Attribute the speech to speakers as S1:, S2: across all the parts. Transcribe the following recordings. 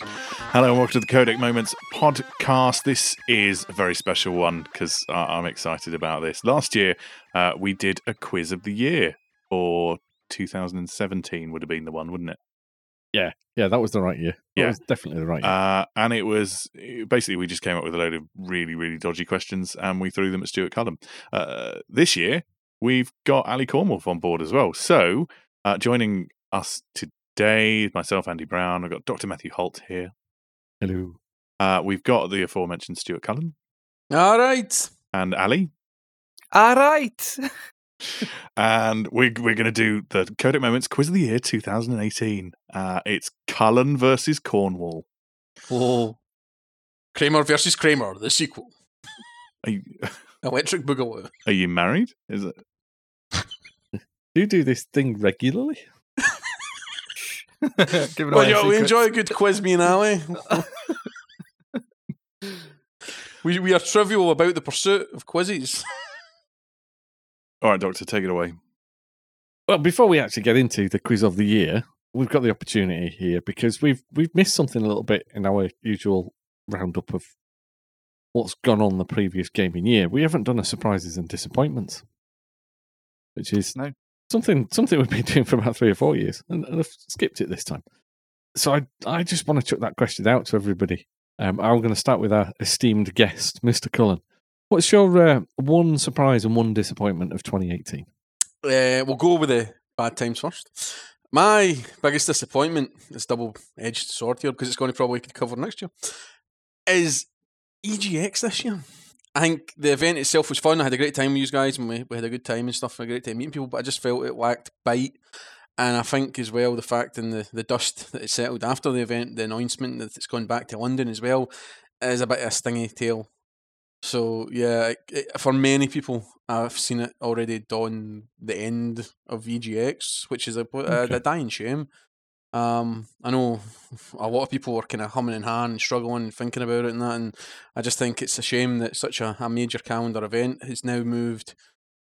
S1: Hello and welcome to the Codec Moments podcast. This is a very special one because I'm excited about this. Last year, uh, we did a quiz of the year, or 2017 would have been the one, wouldn't it?
S2: Yeah, that was the right year. That
S1: Yeah.
S2: was definitely the right year.
S1: Uh, and it was basically we just came up with a load of really, really dodgy questions and we threw them at Stuart Cullum. Uh, this year, we've got Ali Cornwolf on board as well. So, uh, joining us today, myself, Andy Brown, I've got Dr. Matthew Holt here.
S2: Hello.
S1: Uh, we've got the aforementioned Stuart Cullen
S3: All right.
S1: and Ali,
S3: All right.
S1: and we're we're going to do the Codec Moments Quiz of the Year 2018. Uh, it's Cullen versus Cornwall.
S3: Oh. Kramer versus Kramer, the sequel.
S1: Are you,
S3: Electric Boogaloo.
S1: are you married? Is it?
S2: Do you do this thing regularly? uh,
S4: Giving
S3: Well,
S4: away
S3: yeah, we
S4: secrets.
S3: enjoy a good quiz, me and Ali. we, we are trivial about the pursuit of quizzes.
S1: All right, Doctor, take it away.
S2: Well, before we actually get into the quiz of the year, we've got the opportunity here because we've we've missed something a little bit in our usual roundup of what's gone on the previous gaming year. We haven't done a surprises and disappointments, which is
S4: No.
S2: something something we've been doing for about three or four years, and, and I've skipped it this time. So I I just want to chuck that question out to everybody. Um, I'm going to start with our esteemed guest, Mr. Cullen. What's your uh, one surprise and one disappointment of 2018?
S3: Uh, we'll go with the bad times first. My biggest disappointment, this double edged sword here, because it's going to probably cover next year, is EGX E this year. I think the event itself was fun. I had a great time with you guys and we, we had a good time and stuff and a great time meeting people, but I just felt it lacked bite. And I think as well the fact and the, the dust that it settled after the event, the announcement that it's gone back to London as well, is a bit of a stingy tale. So yeah, it- it, for many people, I've seen it already dawn the end of VGX, which is a, bit- a,
S2: Okay.
S3: a dying shame. Um, I know a lot of people were kind of humming and hawing and struggling and thinking about it and that, and I just think it's a shame that such a, a major calendar event has now moved.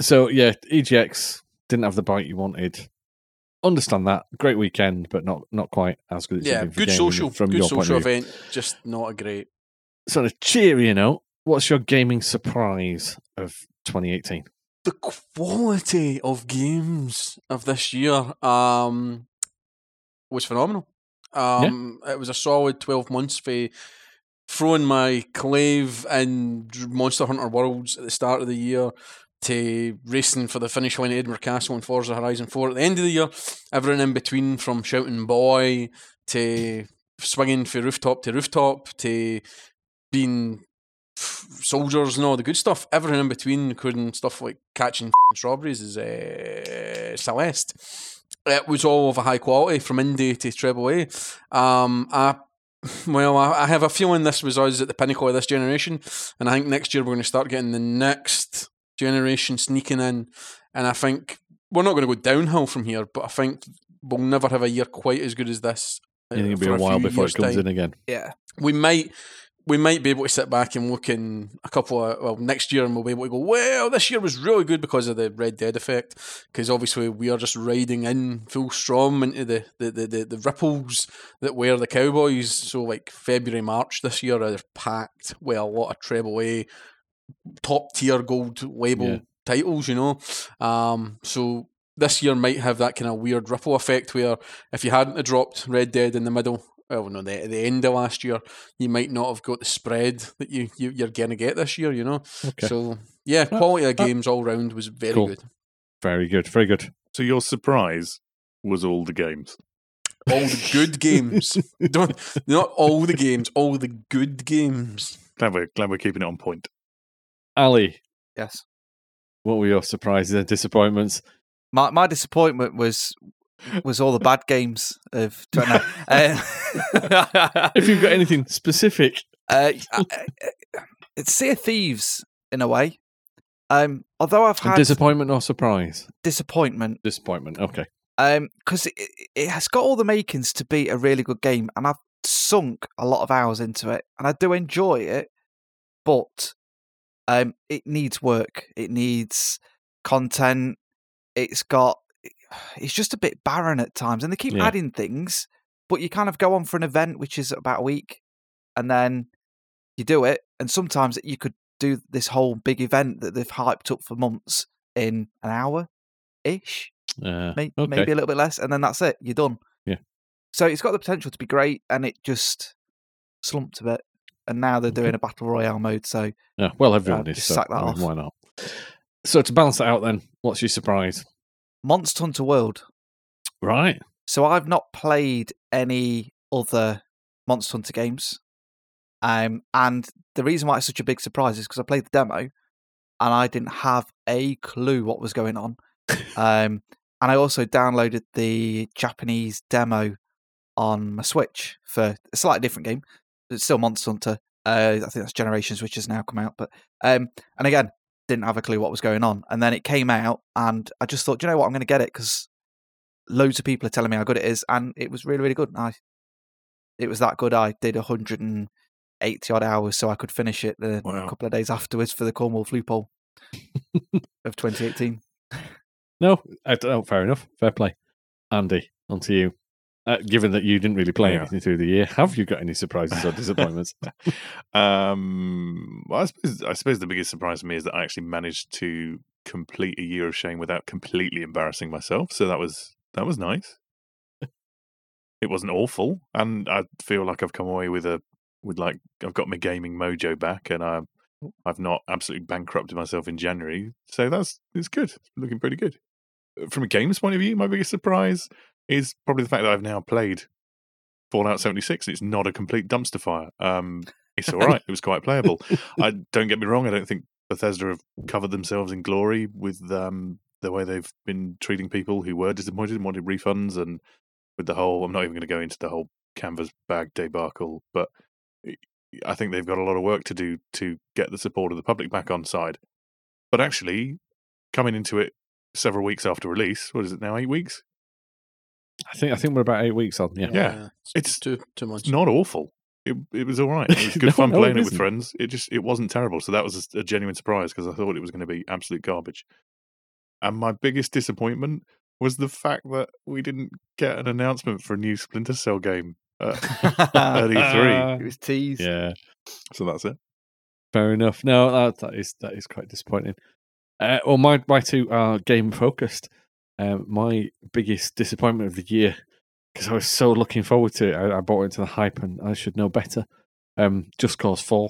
S2: So yeah, EGX didn't have the bite you wanted. Understand that. Great weekend, but not not quite as good. as
S3: yeah,
S2: you've been for
S3: good
S2: gaming
S3: social,
S2: from
S3: good
S2: your
S3: social
S2: point of view.
S3: event, just not a great.
S2: So on a cheerier note, what's your gaming surprise of 2018?
S3: the quality of games of this year um, was phenomenal. Um, It was a solid 12 months for throwing my Clave and Dr- Monster Hunter Worlds at the start of the year to racing for the finish line at Edinburgh Castle and Forza Horizon 4 at the end of the year. Everyone in between from shouting boy to swinging from rooftop to rooftop to being f- soldiers and all the good stuff. Everything in between, including stuff like catching f***ing strawberries, is uh, Celeste. It was all of a high quality from indie to triple A. Um, I well, I, I have a feeling this was us at the pinnacle of this generation, and I think next year we're going to start getting the next generation sneaking in, and I think we're not going to go downhill from here, but I think we'll never have a year quite as good as this.
S2: You think it'll
S3: uh,
S2: be
S3: for
S2: a while
S3: few
S2: before it
S3: years'
S2: comes
S3: time
S2: in again?
S4: Yeah.
S3: we might we might be able to sit back and look in a couple of well next year and we'll be able to go well this year was really good because of the red dead effect because obviously we are just riding in full strom into the the, the, the the ripples that were the cowboys so like february march this year are packed with a lot of treble a top tier gold label
S2: Yeah.
S3: titles you know um so this year might have that kind of weird ripple effect where if you hadn't have dropped red dead in the middle well, no, the, the end of last year, you might not have got the spread that you, you you're gonna get this year. You know,
S2: Okay.
S3: so yeah,
S2: Well,
S3: quality of
S1: uh,
S2: that-
S3: games all round was very
S2: Cool.
S3: good.
S2: Very good. Very good.
S1: So your surprise was all the games.
S3: All the good games, don't not all the games, all the good games.
S1: Glad we're glad we're keeping it on point.
S2: Ali,
S4: Yes.
S2: what were your surprises and disappointments?
S4: My my disappointment was was all the bad games of Um, 20. no, uh,
S2: If you've got anything specific,
S4: uh, I- I- it's Sea of Thieves in a way. Um, although I've
S2: and
S4: had
S2: disappointment or surprise?
S4: disappointment
S2: Disappointment. Okay.
S4: because Um, it, it has got all the makings to be a really good game, and I've sunk a lot of hours into it, and I do enjoy it, but um, it needs work. It needs content. It's got. It's just a bit barren at times, and they keep
S2: Yeah.
S4: adding things, but you kind of go on for an event which is about a week, and then you do it. And sometimes you could do this whole big event that they've hyped up for months in an hour ish,
S2: Uh,
S4: may-
S2: okay.
S4: maybe a little bit less, and then that's it. You're done.
S2: Yeah.
S4: So it's got the potential to be great, and it just slumped a bit. And now they're doing a battle royale mode, so
S2: Yeah, well, everyone is.
S4: Um, just
S2: so,
S4: sack that
S2: I mean,
S4: off.
S2: Why not? So to balance that out, then, what's your surprise?
S4: Monster Hunter World.
S2: Right.
S4: So I've not played any other Monster Hunter games. Um, and the reason why it's such a big surprise is because I played the demo and I didn't have a clue what was going on. um, and I also downloaded the Japanese demo on my Switch for a slightly different game. It's still Monster Hunter. Uh, I think that's Generations, which has now come out. But um, and again, didn't have a clue what was going on. And then it came out, and I just thought, "Do you know what, I'm going to get it because loads of people are telling me how good it is, and it was really, really good. And I, it was that good. I did 180 odd hours, so I could finish it the
S1: Wow.
S4: couple of days afterwards for the Cornwall Flu Poll of 2018.
S2: No, I don't, fair enough. Fair play. Andy, on to you. Uh, given that you didn't really play
S1: Yeah.
S2: anything through the year, have you got any surprises or disappointments?
S1: Um, well, I suppose I suppose the biggest surprise for me is that I actually managed to complete a year of shame without completely embarrassing myself. So that was that was nice. it wasn't awful, and I feel like I've come away with a with like I've got my gaming mojo back, and I I've not absolutely bankrupted myself in January. So that's it's good, It's looking pretty good. Uh, From a games point of view, my biggest surprise is probably the fact that I've now played Fallout 76. It's not a complete dumpster fire. Um, it's all right. It was quite playable. I don't get me wrong. I don't think Bethesda have covered themselves in glory with um, the way they've been treating people who were disappointed and wanted refunds, and with the whole. I'm not even going to go into the whole canvas bag debacle, but I think they've got a lot of work to do to get the support of the public back on side. But actually, coming into it several weeks after release, what is it now? Eight weeks.
S2: I think I think we're about eight weeks on. Yeah.
S1: Yeah. It's-
S3: It's too too much.
S1: It's not awful. It it was all right. It was good
S2: No,
S1: fun
S2: no,
S1: playing
S2: it
S1: it with
S2: isn't.
S1: friends. It just it wasn't terrible. So that was a, a genuine surprise because I thought it was going to be absolute garbage. And my biggest disappointment was the fact that we didn't get an announcement for a new Splinter Cell game Uh, at
S4: it
S1: 33.
S4: was teased.
S2: Uh, yeah.
S1: so that's it.
S2: Fair enough. No, that, that is that is quite disappointing. Uh, well, my my two are game focused. Um, my biggest disappointment of the year because I was so looking forward to it. I, I bought into the hype, and I should know better. Um, Just Cause Four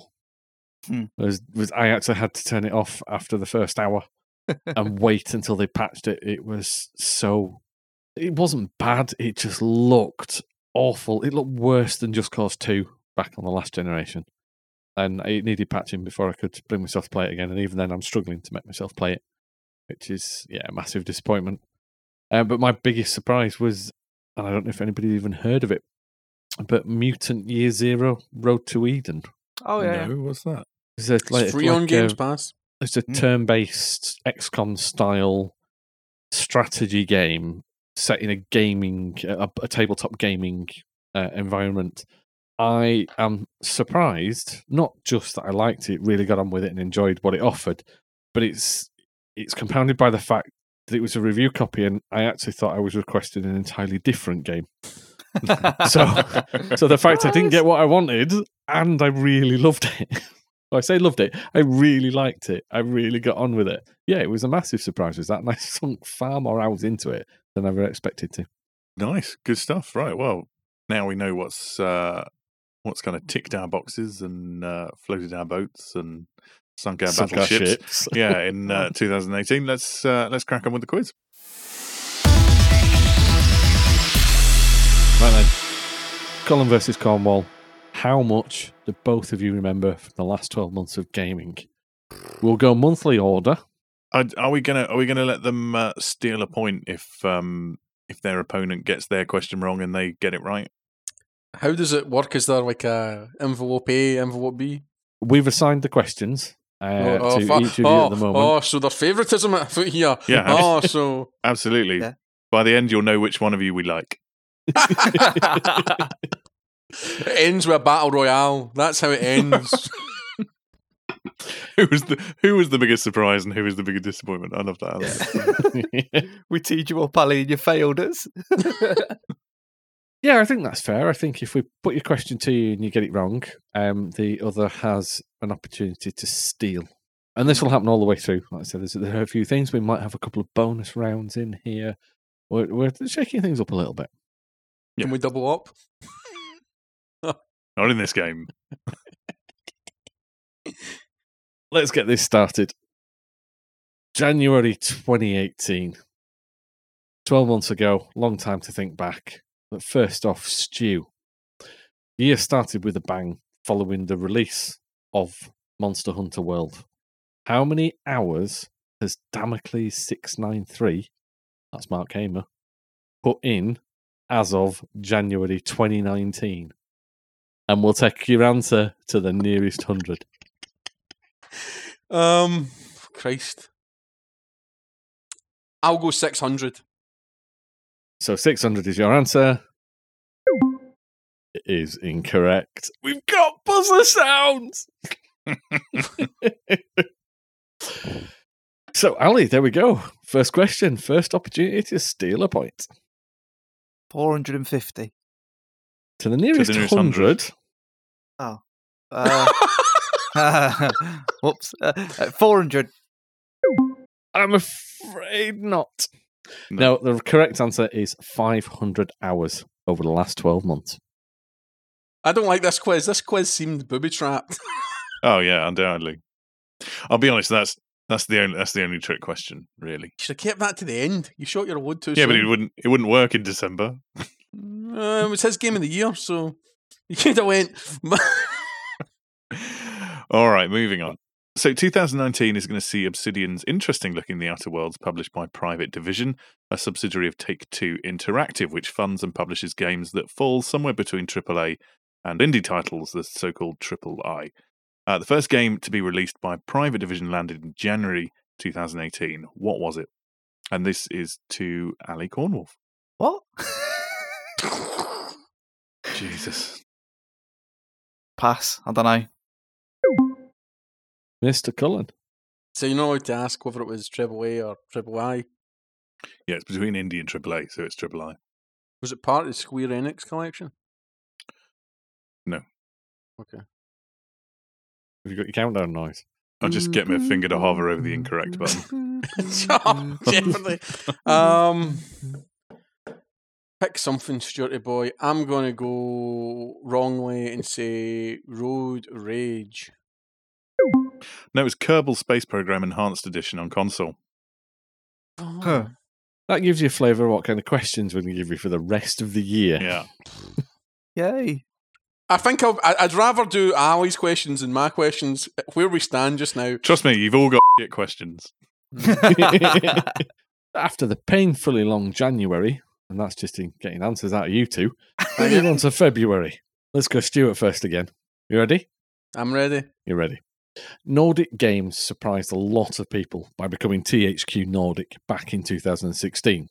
S4: Hmm.
S2: was was I actually had to turn it off after the first hour and wait until they patched it. It was so. It wasn't bad. It just looked awful. It looked worse than Just Cause Two back on the last generation and it needed patching before I could bring myself to play it again. And even then, I'm struggling to make myself play it, which is yeah, a massive disappointment. Uh, but my biggest surprise was, and I don't know if anybody even heard of it, but Mutant Year Zero: Road to Eden.
S4: Oh yeah.
S1: No, what's that?
S2: It's a, like-
S3: It's free
S2: like uh,
S3: on
S2: a-
S3: Games Pass.
S2: it's a
S4: Hmm.
S2: turn-based XCOM style strategy game set in a gaming, a, a tabletop gaming uh, environment. I am surprised, not just that I liked it, really got on with it and enjoyed what it offered, but it's it's compounded by the fact that it was a review copy, and I actually thought I was requesting an entirely different game. So- So the fact I didn't get what I wanted and I really loved it. Well, I say loved it. I really liked it. I really got on with it. Yeah, it was a massive surprise with that, and I sunk far more hours into it than I ever expected to.
S1: Nice, good stuff. Right. Well, now we know what's uh, what's kind of ticked our boxes and uh, floated our boats and sunk our
S2: Sunk our
S1: battleships.
S2: ships.
S1: yeah, in uh, 2018. Let's uh, let's crack on with the quiz.
S2: Right then. Colin versus Cornwall. How much do both of you remember from the last 12 months of gaming? We'll go monthly order.
S1: Are, are we gonna are we gonna let them uh, steal a point if um if their opponent gets their question wrong and they get it right?
S3: How does it work? Is there like a envelope A, envelope B?
S2: We've assigned the questions uh, to
S3: fa-
S2: each of you
S3: oh,
S2: at the moment.
S3: oh, so their favouritism at foot here.
S1: Yeah, abs-
S3: Oh, so
S1: absolutely.
S4: Yeah.
S1: By the end, you'll know which one of you we like.
S3: it ends with a battle royale. That's how it ends.
S1: Who was the Who was the biggest surprise and who was the biggest disappointment? I love that.
S4: we teed you up, Ali, and you failed us.
S2: Yeah, I think that's fair. I think if we put your question to you and you get it wrong, um, the other has an opportunity to steal. And this will happen all the way through. Like I said, there's, there are a few things. We might have a couple of bonus rounds in here. We're, we're shaking things up a little bit.
S1: Yeah.
S3: Can we double up?
S1: Not in this game.
S2: Let's get this started. January 2018. 12 months ago, long time to think back. But first off, Stew. The year started with a bang following the release of Monster Hunter World. How many hours has Damocles693, that's Mark Hamer, put in as of January 2019? And we'll take your answer to the nearest hundred.
S3: Um, Christ. I'll go 600.
S2: So 600 is your answer. It is incorrect. We've got buzzer sounds. so, Ali, there we go. First question, first opportunity to steal a point.
S4: 450.
S2: To the nearest,
S1: nearest
S2: 100,
S4: Uh, whoops. Uh, uh, 400.
S2: I'm afraid not.
S1: No.
S2: No. the correct answer is 500 hours over the last 12 months.
S3: I don't like this quiz. This quiz seemed booby trapped.
S1: Oh yeah, undoubtedly. I'll be honest. That's that's the only that's the only trick question, really.
S3: You should have kept that to the end. You shot your wood too
S1: Yeah,
S3: soon.
S1: but it wouldn't it wouldn't work in December.
S3: Uh, it was his game of the year, so you could have went.
S1: All right, moving on. So 2019 is going to see Obsidian's interesting looking The Outer Worlds published by Private Division, a subsidiary of Take Two Interactive, which funds and publishes games that fall somewhere between AAA and indie titles, the so called Triple I. Uh, the first game to be released by Private Division landed in January 2018. What was it? And this is to Ali Cornwolf.
S4: What?
S1: Jesus.
S4: Pass. I don't know.
S2: Mr. Cullen.
S3: so you're not allowed to ask whether it was Triple A or Triple I.
S1: Yeah, it's between indie and AAA, so it's AAA.
S3: Was it part of the Square Enix collection?
S1: No.
S3: Okay.
S2: Have you got your countdown noise?
S1: I'll just get my finger to hover over the
S3: mm,
S1: incorrect button.
S3: Sure, definitely. Um, pick something, Stuarty boy. I'm gonna go wrongly and say Road Rage.
S1: No, it was Kerbal Space Program Enhanced Edition on console.
S4: Huh.
S2: That gives you a flavour of what kind of questions we're going to give you for the rest of the year.
S1: Yeah.
S4: Yay.
S3: I think I'll, I- I'd rather do Ali's questions than my questions. Where we stand just now.
S1: Trust me, you've all got shit questions.
S2: After the painfully long January, and that's just in getting answers out of you two, we move on to February. Let's go Stuart first again. You ready?
S3: I'm ready.
S2: You ready? Nordic Games surprised a lot of people by becoming THQ Nordic back in 2016.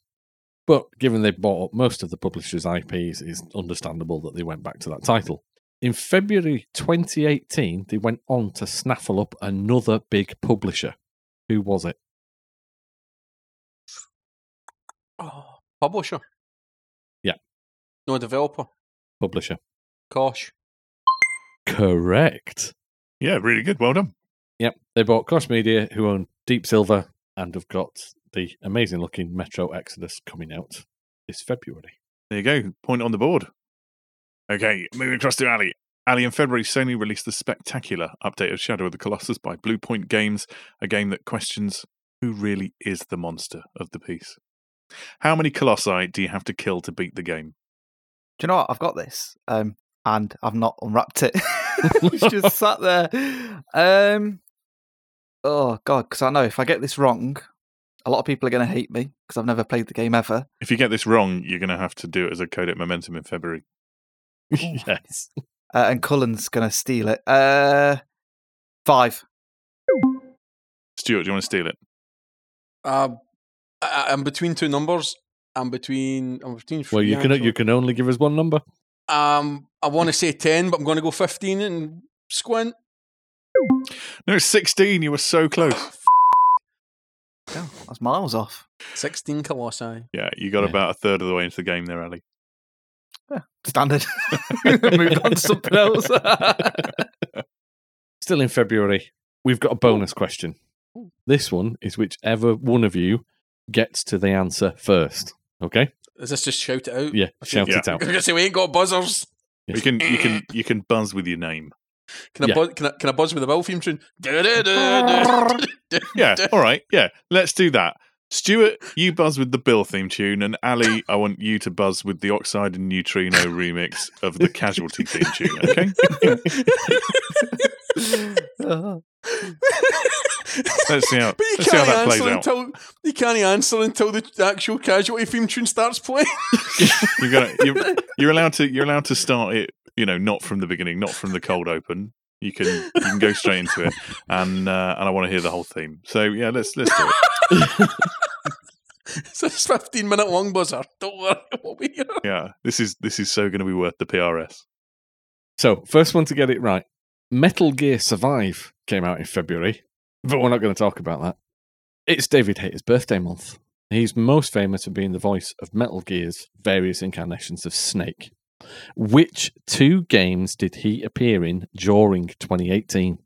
S2: But given they bought up most of the publisher's IPs, it's understandable that they went back to that title. In February 2018, they went on to snaffle up another big publisher. Who was it?
S3: Oh, publisher.
S2: Yeah.
S3: No developer.
S2: Publisher.
S3: Gosh.
S2: Correct.
S1: Yeah, really good. Well done.
S2: Yep. They bought Koch Media, who own Deep Silver, and have got the amazing looking Metro Exodus coming out this February.
S1: There you go. Point on the board. Okay, moving across to Ali. Ali, in February, Sony released the spectacular update of Shadow of the Colossus by Blue Point Games, a game that questions who really is the monster of the piece. How many colossi do you have to kill to beat the game?
S4: Do you know what? I've got this, um, and I've not unwrapped it. it's just sat there. Um, oh god, because I know if I get this wrong, a lot of people are going to hate me because I've never played the game ever.
S1: If you get this wrong, you're going to have to do it as a code at Momentum in February.
S2: yes.
S4: Uh, and Cullen's going to steal it. Uh, five.
S1: Stuart, do you want to steal it?
S3: Uh, I, I'm between two numbers. I'm between. I'm between.
S2: Well,
S3: three,
S2: you can
S3: actually.
S2: you can only give us one number.
S3: Um, I want to say ten, but I'm going to go fifteen and squint.
S1: No, it's 16. You were so close.
S4: Oh, that's miles off.
S3: Sixteen colossi.
S1: Yeah, you got
S2: Yeah.
S1: about a third of the way into the game there, Ali.
S4: Standard. Moved on to something else.
S2: Still in February, we've got a bonus question. This one is whichever one of you gets to the answer first. Okay?
S3: Is this just shout it out?
S2: Yeah, shout
S1: Yeah.
S2: it out.
S3: I'm gonna say we ain't got buzzers.
S1: You can you can you can buzz with your name.
S3: Can I,
S2: Yeah.
S3: buzz, can I can I buzz with a Wolf theme tune? Du-du-du-du-du-du-du.
S1: Yeah. All right. Yeah. Let's do that. Stuart, you buzz with the Bill theme tune, and Ali, I want you to buzz with the Oxide and Neutrino remix of the Casualty theme tune. Okay. Let's see how.
S3: But you
S1: Let's see how
S3: can't
S1: that plays
S3: answer
S1: out.
S3: until you can't answer until the actual casualty theme tune starts playing.
S1: You're gonna. You're, you're allowed to. You're allowed to start it. You know, not from the beginning, not from the cold open. You can you can go straight into it, and uh, and I want to hear the whole theme. So yeah, let's let's do it.
S3: It's a 15 minute long buzzer. Don't worry, we'll be here.
S1: Yeah, this is this is so going to be worth the PRS.
S2: So, first one to get it right. Metal Gear Survive came out in February, but we're not going to talk about that. It's David Hayter's birthday month. He's most famous for being the voice of Metal Gear's various incarnations of Snake. Which two games did he appear in during 2018?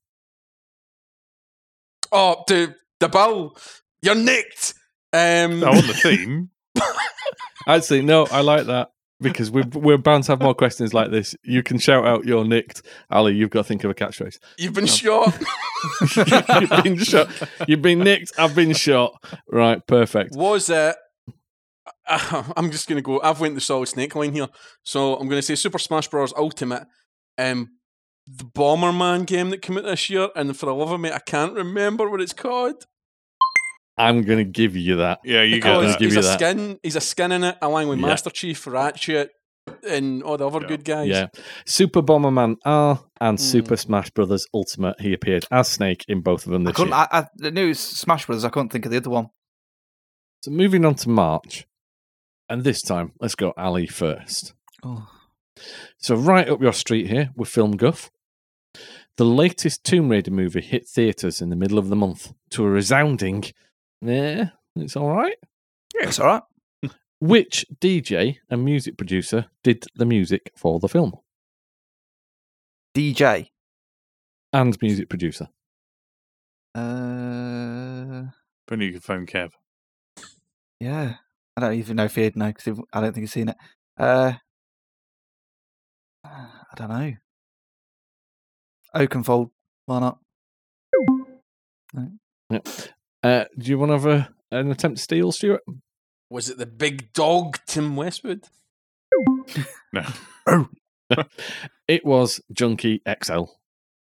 S3: Oh, the the bell, you're nicked. Um,
S1: Now Oh, on the theme,
S2: Actually, no, I like that because we're, we're bound to have more questions like this. You can shout out, you're nicked. Ali, you've got to think of a catchphrase.
S3: you've been shot.
S2: you've been shot. You've been nicked. I've been shot. Right, perfect.
S3: Was it? I- I'm just gonna go. I've went the solid snake line here, so I'm gonna say Super Smash Bros. Ultimate, um, the Bomberman game that came out this year, and for the love of me, I can't remember what it's called.
S2: I'm going to give you that.
S1: yeah, you
S2: got
S1: go.
S2: Always
S3: he's,
S1: that.
S2: give
S3: he's
S2: you
S3: a
S2: that.
S3: skin. He's a skin in it, along with
S2: Yeah.
S3: Master Chief, Ratchet, and all the other
S1: Yeah.
S3: good guys.
S2: Yeah. Super Bomberman R and
S3: Hmm.
S2: Super Smash Brothers Ultimate. He appeared as Snake in both of them
S4: I
S2: this
S4: couldn't.
S2: year.
S4: I, I I knew it was Smash Brothers. I couldn't think of the other one.
S2: So moving on to March. And this time, let's go Ali first.
S4: Oh.
S2: So right up your street here with Film Guff. The latest Tomb Raider movie hit theatres in the middle of the month to a resounding, yeah, it's all right.
S4: Yeah, it's all right.
S2: Which DJ and music producer did the music for the film?
S4: DJ.
S2: And music producer.
S4: Uh,
S1: If only you could phone Kev.
S4: yeah. I don't even know if he'd know because I don't think he's seen it. Uh, ah, I don't know. Oakenfold. Why not?
S2: Yeah. Uh, do you want to have a, an attempt to steal, Stuart?
S3: Was it the big dog Tim Westwood?
S1: No,
S2: It was Junkie XL,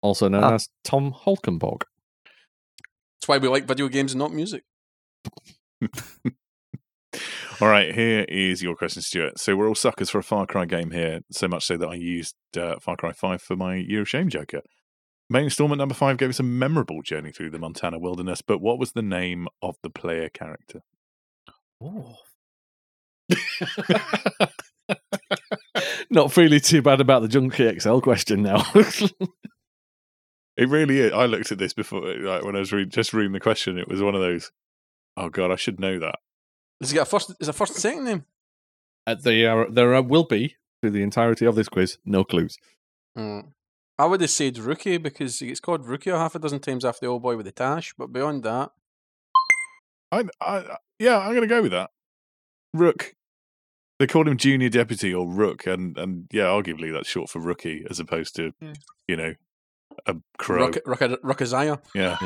S2: also known
S4: Ah.
S2: as Tom Holkenborg.
S3: That's why we like video games and not music.
S1: All right, here is your question, Stuart. So we're all suckers for a Far Cry game here, so much so that I used uh, Far Cry 5 for my Year of Shame Joker. Main installment number 5 gave us a memorable journey through the Montana wilderness, but what was the name of the player character?
S2: Not feeling too bad about the Junkie XL question now.
S1: It really is. I looked at this before, like when I was re- just reading the question, it was one of those, oh God, I should know that.
S3: Has he got a first? Is a first and second name?
S2: uh, they are, there are, will be, through the entirety of this quiz, no clues.
S3: Mm. I would have said rookie because he gets called rookie a half a dozen times after the old boy with the tash. But beyond that,
S1: I, I yeah, I'm going to go with that. Rook. They called him junior deputy or rook, and and yeah, arguably that's short for rookie as opposed to
S3: Mm.
S1: you know a crow.
S3: Ruck- Ruck- Ruckazaya.
S1: Yeah,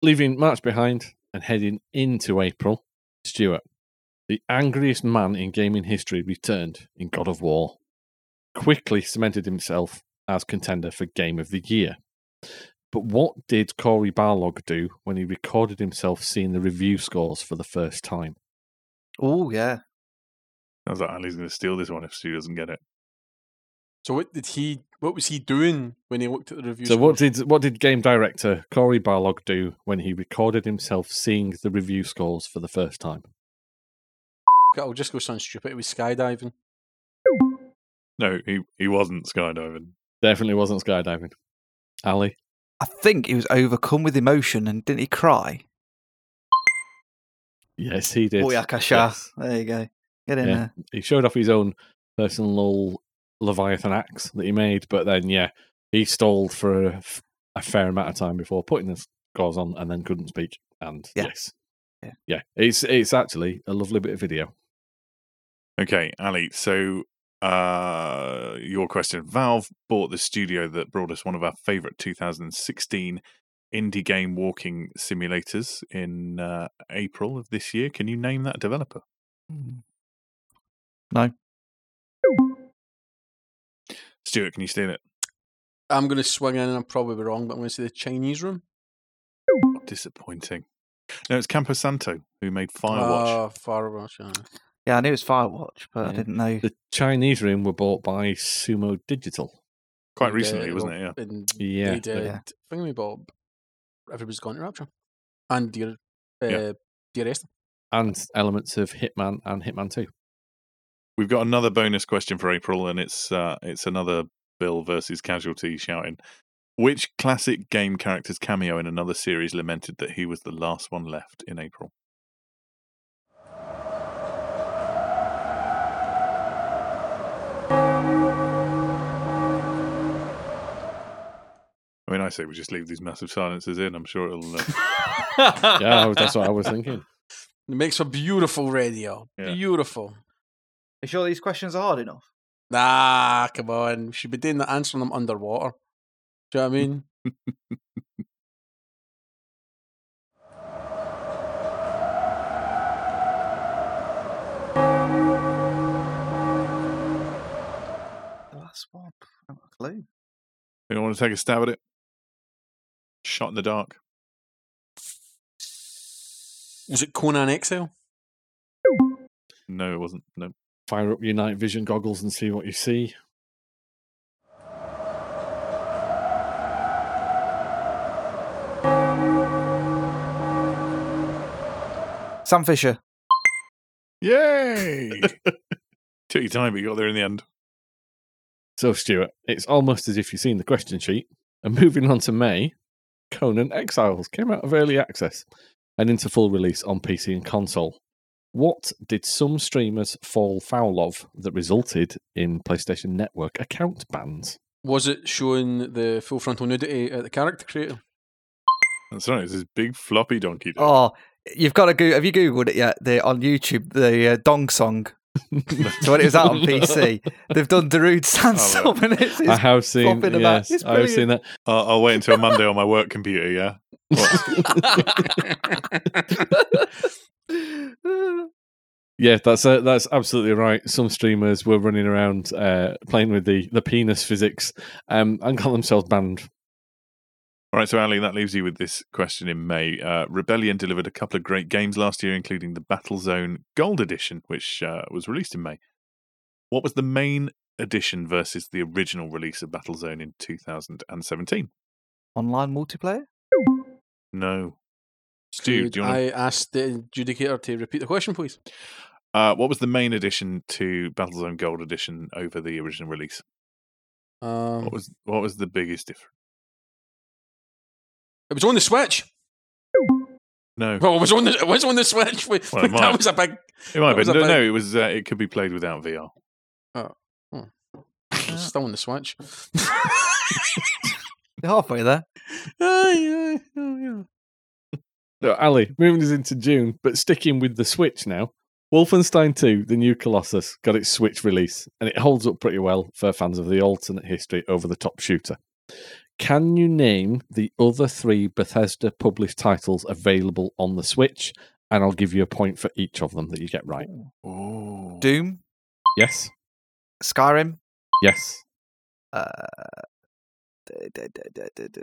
S2: Leaving March behind and heading into April, Stuart, the angriest man in gaming history returned in God of War, quickly cemented himself as contender for Game of the Year. But what did Corey Barlog do when he recorded himself seeing the review scores for the first time?
S4: Oh yeah.
S1: I was like, Ali's going to steal this one if she doesn't get it.
S3: So what did he? What was he doing when he looked at the reviews?
S2: So what did what did game director Corey Barlog do when he recorded himself seeing the review scores for the first time?
S3: I'll just go something stupid. It was skydiving.
S1: No, he he wasn't skydiving.
S2: Definitely wasn't skydiving. Ali,
S4: I think he was overcome with emotion and didn't he cry?
S2: yes, he did.
S4: Oh yeah, Kasha.
S2: Yes.
S4: There you go. Get in
S2: Yeah.
S4: there.
S2: he showed off his own personal Leviathan axe that he made, but then yeah, he stalled for a, f- a fair amount of time before putting his gloves on and then couldn't speak. And
S4: Yeah.
S2: yes,
S4: Yeah.
S2: it's it's actually a lovely bit of video.
S1: Okay, Ali. So, uh, your question: Valve bought the studio that brought us one of our favorite 2016 indie game walking simulators in uh, April of this year. Can you name that developer?
S4: No.
S1: Stuart, can you steal it?
S3: I'm going to swing in and I'm probably wrong, but I'm going to say the Chinese room.
S1: Disappointing. No, it's Campo Santo who made Firewatch.
S3: Ah, Firewatch. Yeah.
S4: Yeah, I knew it was Firewatch, but I
S2: Yeah.
S4: didn't know.
S2: The Chinese room were bought by Sumo Digital.
S1: Quite
S3: And,
S1: recently,
S3: uh,
S1: wasn't it?
S3: well,
S1: Yeah.
S3: And
S2: Yeah,
S3: they did.
S4: Yeah.
S3: Finger me, Bob. Everybody's gone to Rapture. And Dear, uh,
S1: Yeah.
S3: Dear Esther.
S2: and elements of Hitman and Hitman Two.
S1: We've got another bonus question for April, and it's uh, it's another Bill versus Casualty shouting. Which classic game character's cameo in another series lamented that he was the last one left in April? I mean, I say we just leave these massive silences in. I'm sure it'll. Uh, oh,
S2: Yeah, that's what I was thinking.
S3: It makes for beautiful radio.
S1: Yeah.
S3: Beautiful.
S4: Are you sure these questions are hard enough?
S3: Nah, come on. We should be doing the answering them underwater. Do you know what I
S1: Mm.
S3: mean?
S4: The last one. I've got a clue.
S1: anyone want to take a stab at it? Shot in the dark.
S3: Was it Conan Exile?
S1: No, it wasn't. No.
S2: Fire up your night vision goggles and see what you see.
S4: Sam Fisher.
S1: Yay! Took your time, but you got there in the end.
S2: So, Stuart, it's almost as if you've seen the question sheet. And moving on to May, Conan Exiles came out of early access and into full release on PC and console. What did some streamers fall foul of that resulted in PlayStation Network account bans?
S3: Was it showing the full frontal nudity at the character creator?
S1: That's right. It's this big floppy donkey. dick.
S4: Oh, you've got to go. Have you googled it yet? The on YouTube, the uh, Dong Song. So when it was out on PC, they've done Darude Sansom,
S1: Oh,
S4: and it's,
S2: I
S4: it's
S2: have seen.
S4: flopping about.
S2: Yes,
S4: It's
S2: I've seen that.
S1: I'll, I'll wait until Monday on my work computer. Yeah.
S2: Yeah, that's uh, that's absolutely right. Some streamers were running around uh, playing with the, the penis physics um, and got themselves banned.
S1: All right. So, Ali, that leaves you with this question in May. Uh, Rebellion delivered a couple of great games last year, including the Battlezone Gold Edition, which uh, was released in May. What was the main edition versus the original release of Battlezone in 2017?
S4: online multiplayer.
S1: No. Stu, do you want
S3: I asked the adjudicator to repeat the question, please.
S1: to, uh, what was the main edition to Battlezone Gold Edition over the original release?
S3: Um,
S1: What was what was the biggest difference?
S3: it was on the Switch.
S1: No,
S3: Well, it was on the, it was on the Switch. We,
S1: Well, it might.
S3: that was a big.
S1: it might have
S3: That was
S1: been. No,
S3: about-
S1: no, it was. Uh, it could be played without VR.
S3: It's Still on the Switch.
S1: Oh.
S4: You're halfway there.
S3: Aye, aye, oh, yeah.
S2: So, Ali, moving us into June, but sticking with the Switch now. Wolfenstein 2, the new Colossus, got its Switch release, and it holds up pretty well for fans of the alternate history over the top shooter. Can you name the other three Bethesda published titles available on the Switch? And I'll give you a point for each of them that you get right.
S1: Oh,
S4: Doom,
S2: Yes.
S4: Skyrim.
S2: Yes.
S4: Uh, d- d- d- d- d- d-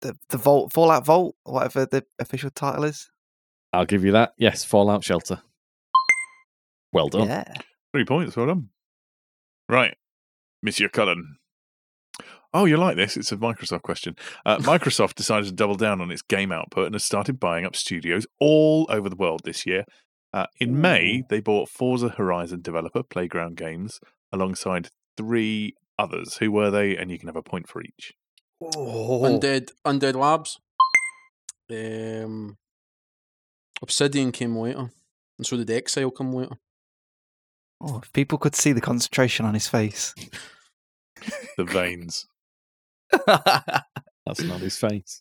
S4: the the Vault, Fallout Vault, or whatever the official title is.
S2: I'll give you that. Yes, Fallout Shelter. Well done.
S4: Yeah.
S1: three points. Well done. Right, Monsieur Cullen. Oh, you like this? It's a Microsoft question. Uh, Microsoft decided to double down on its game output and has started buying up studios all over the world this year. Uh, in May, they bought Forza Horizon developer Playground Games alongside three others. Who were they? And you can have a point for each.
S4: Oh.
S3: Undead, Undead Labs. Um, Obsidian came later, and so did Exile come later.
S4: Oh, if people could see the concentration on his face.
S1: The veins.
S2: That's not his face.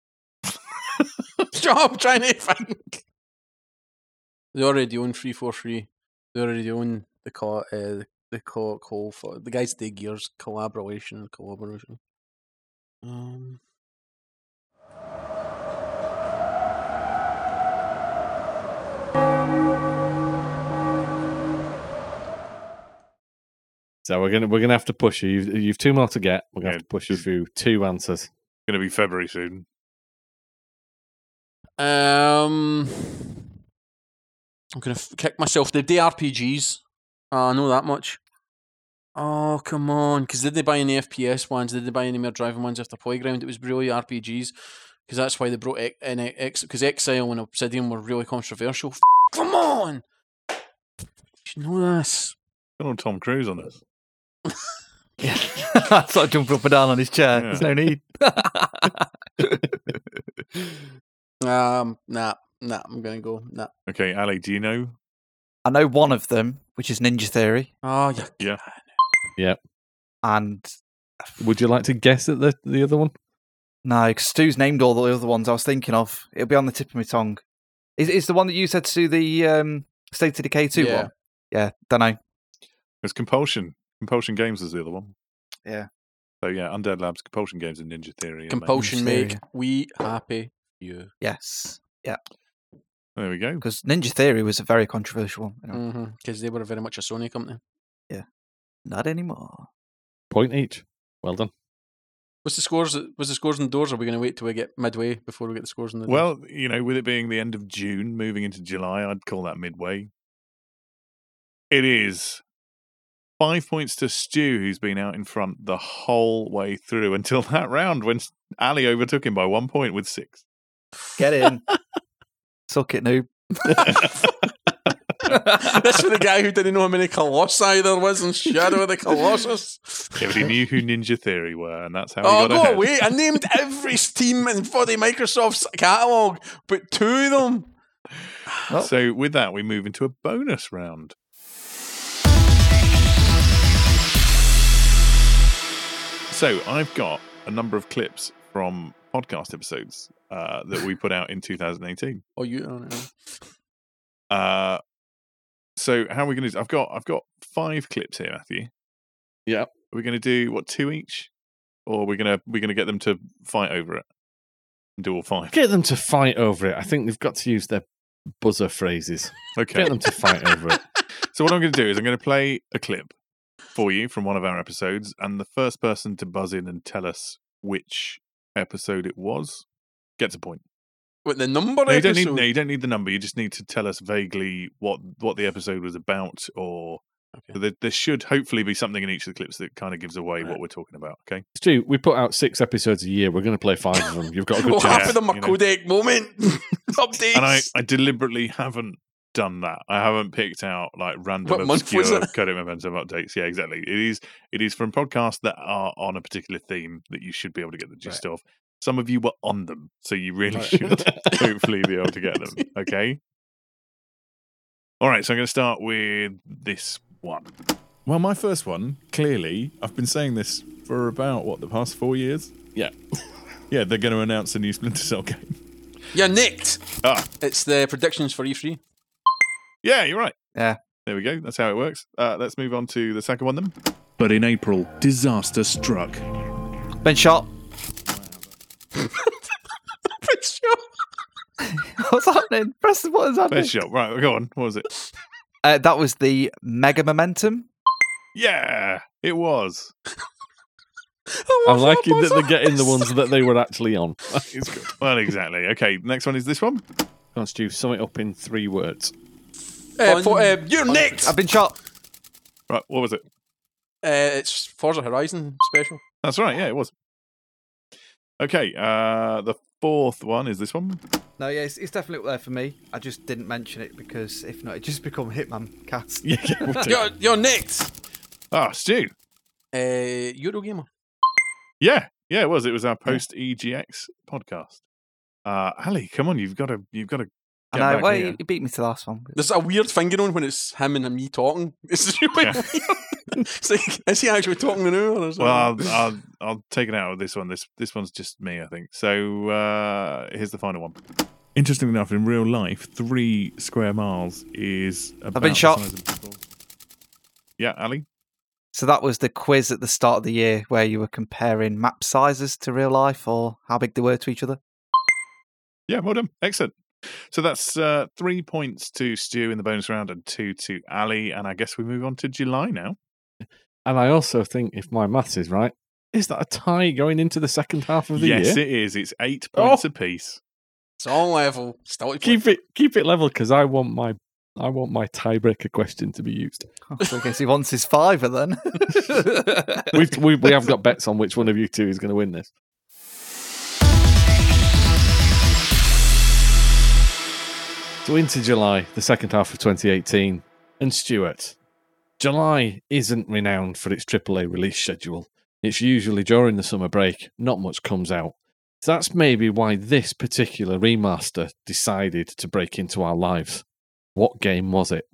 S3: Stop trying to think. They already own three four three. They already own the co uh, the co coal for the guys take gears collaboration and collaboration. Um,
S2: So we're gonna we're gonna have to push you. You've, you've two more to get. We're gonna
S1: Yeah,
S2: have to push you
S1: just-
S2: through two answers.
S1: Going to be February soon.
S3: um, I'm gonna f- kick myself. They do RPGs. Uh, I know that much. Oh come on! Because did they buy any FPS ones? Did they buy any more driving ones after Playground? It was really RPGs. Because that's why they brought X- in X. Because Exile and Obsidian were really controversial. F- come on! You know this.
S1: Got on Tom Cruise on this.
S4: Yeah. I sort of jumping up and down on his chair.
S1: Yeah.
S4: There's no need.
S3: Um, nah, nah. I'm gonna go. Nah.
S1: Okay, Ali, do you know?
S4: I know one of them, which is Ninja Theory,
S3: Oh yeah.
S1: Yeah.
S4: and
S2: Would you like to guess at the the other one?
S4: no, because Stu's named all the other ones I was thinking of. It'll be on the tip of my tongue. Is is the one that you said to the um, State of Decay two
S3: Yeah.
S4: one? Yeah, don't know.
S1: It's Compulsion. Compulsion Games is the other one.
S4: Yeah.
S1: So yeah, Undead Labs, Compulsion Games, and Ninja Theory. are the main-
S3: Compulsion
S4: Ninja
S3: make
S4: Theory.
S3: we happy you.
S4: Yes,
S1: There we go.
S4: because Ninja Theory was a very controversial one. Anyway,
S3: Because Mm-hmm, they were very much a Sony company.
S4: Not anymore.
S2: Point each. Well done.
S3: What's the scores? What's the scores and doors? Are we going to wait till we get midway before we get the scores in the
S1: Well, you know, with it being the end of June, moving into July, I'd call that midway. It is five points to Stu, who's been out in front the whole way through until that round when Ali overtook him by one point with six.
S4: Get in. Suck it, noob.
S3: That's for the guy who didn't know how many colossi there was in Shadow of the Colossus.
S1: Yeah, but he knew who Ninja Theory were, and that's how he got
S3: Oh go
S1: ahead.
S3: away! I named every Steam and bloody Microsoft's catalog, but two of them.
S2: Oh.
S1: So with that, we move into a bonus round. So I've got a number of clips from podcast episodes uh, that we put out in 2018.
S3: Oh, you. Oh, no.
S1: Uh, so how are we going to? I've got I've got five clips here, Matthew.
S2: Yep.
S1: Are we going to do what two each, or we're gonna we're gonna get them to fight over it and do all five?
S2: Get them to fight over it. I think they've got to use their buzzer phrases.
S1: Okay.
S2: Get them to fight over it.
S1: so what I'm going to do is I'm going to play a clip for you from one of our episodes, and the first person to buzz in and tell us which episode it was gets a point.
S3: What the number?
S1: No, you don't need
S3: episode?
S1: no, you don't need the number. You just need to tell us vaguely what what the episode was about, or
S3: Okay.
S1: there, there should hopefully be something in each of the clips that kind of gives away what
S3: Right.
S1: we're talking about. Okay,
S2: Stu, we put out six episodes a year. We're going to play five of them. You've got a good
S3: Well,
S2: chance.
S3: half of them are
S1: you know.
S3: codec moment updates.
S1: and I, I deliberately haven't done that. I haven't picked out like random
S3: What month
S1: obscure
S3: was it?
S1: codec momentum updates. Yeah, exactly. It is it is from podcasts that are on a particular theme that you should be able to get the gist of. Some of you were on them, so you really
S2: Right.
S1: should hopefully be able to get them. Okay. All right, so I'm going to start with this one. Well, my first one, clearly, I've been saying this for about what the past four years.
S2: Yeah.
S1: Yeah, they're going to announce a new Splinter Cell game.
S3: You're nicked.
S1: Ah.
S3: It's the predictions for E E3.
S1: Yeah, you're right.
S4: Yeah.
S1: There we go. That's how it works. Uh, let's move on to the second one then.
S5: But in April, disaster struck.
S4: Been shot. What's happening? Press the buttons.
S1: Fair
S4: happening?
S1: shot. Right, go on. What was it?
S4: Uh, that was the Mega Momentum.
S1: Yeah, it was.
S2: I'm liking that they're getting the ones that they were actually on.
S1: It's good. Well, exactly. Okay, next one is this one.
S2: Come on, Stu, sum it up in three words.
S3: Uh, for, uh, you're nicked. Uh,
S4: I've been shot.
S1: Right, what was it?
S3: it's Forza Horizon special.
S1: That's right. Yeah, it was. Okay, uh, the fourth one is this one.
S4: No, yeah, it's, it's definitely up there for me. I just didn't mention it because if not, it just become Hitman cast.
S1: Yeah, yeah we'll do it.
S3: You're, you're nicked.
S1: Ah, Stu.
S3: Uh, Eurogamer.
S1: Yeah, yeah, it was. It was our post EGX podcast. Uh, Ali, come on, you've got to, you've got to
S4: And
S1: Get
S4: I,
S1: back
S4: well,
S1: here.
S4: you you beat me to the last one.
S3: There's a er weird finger on when it's him and me talking. It's really
S1: Yeah.
S3: er weird. It's like, is he actually talking to you? Or something?
S1: Well, I'll, I'll, I'll take it out of this one. This this one's just me, I think. So uh, here's the final one. Interestingly enough, in real life, three square miles is. About the
S4: shot.
S1: size of Bristol. Yeah, Ali.
S4: So that was the quiz at the start of the year where you were comparing map sizes to real life or how big they were to each other.
S1: Yeah, well done. Excellent. So that's uh, three points to Stu in the bonus round and two to Ali. And I guess we move on to July now.
S2: And I also think, if my maths is right, is that a tie going into the second half of the
S1: yes,
S2: year?
S1: it is. It's eight
S2: Oh.
S1: points apiece.
S3: it's on level. Still
S2: keep it keep it level because I want my I want my tiebreaker question to be used.
S4: Oh, so I guess he wants his fiver then.
S2: We've, we we have got bets on which one of you two is going to win this. So into July, the second half of 2018, and Stuart. July isn't renowned for its AAA release schedule. It's usually during the summer break, not much comes out. So that's maybe why this particular remaster decided to break into our lives. What game was it?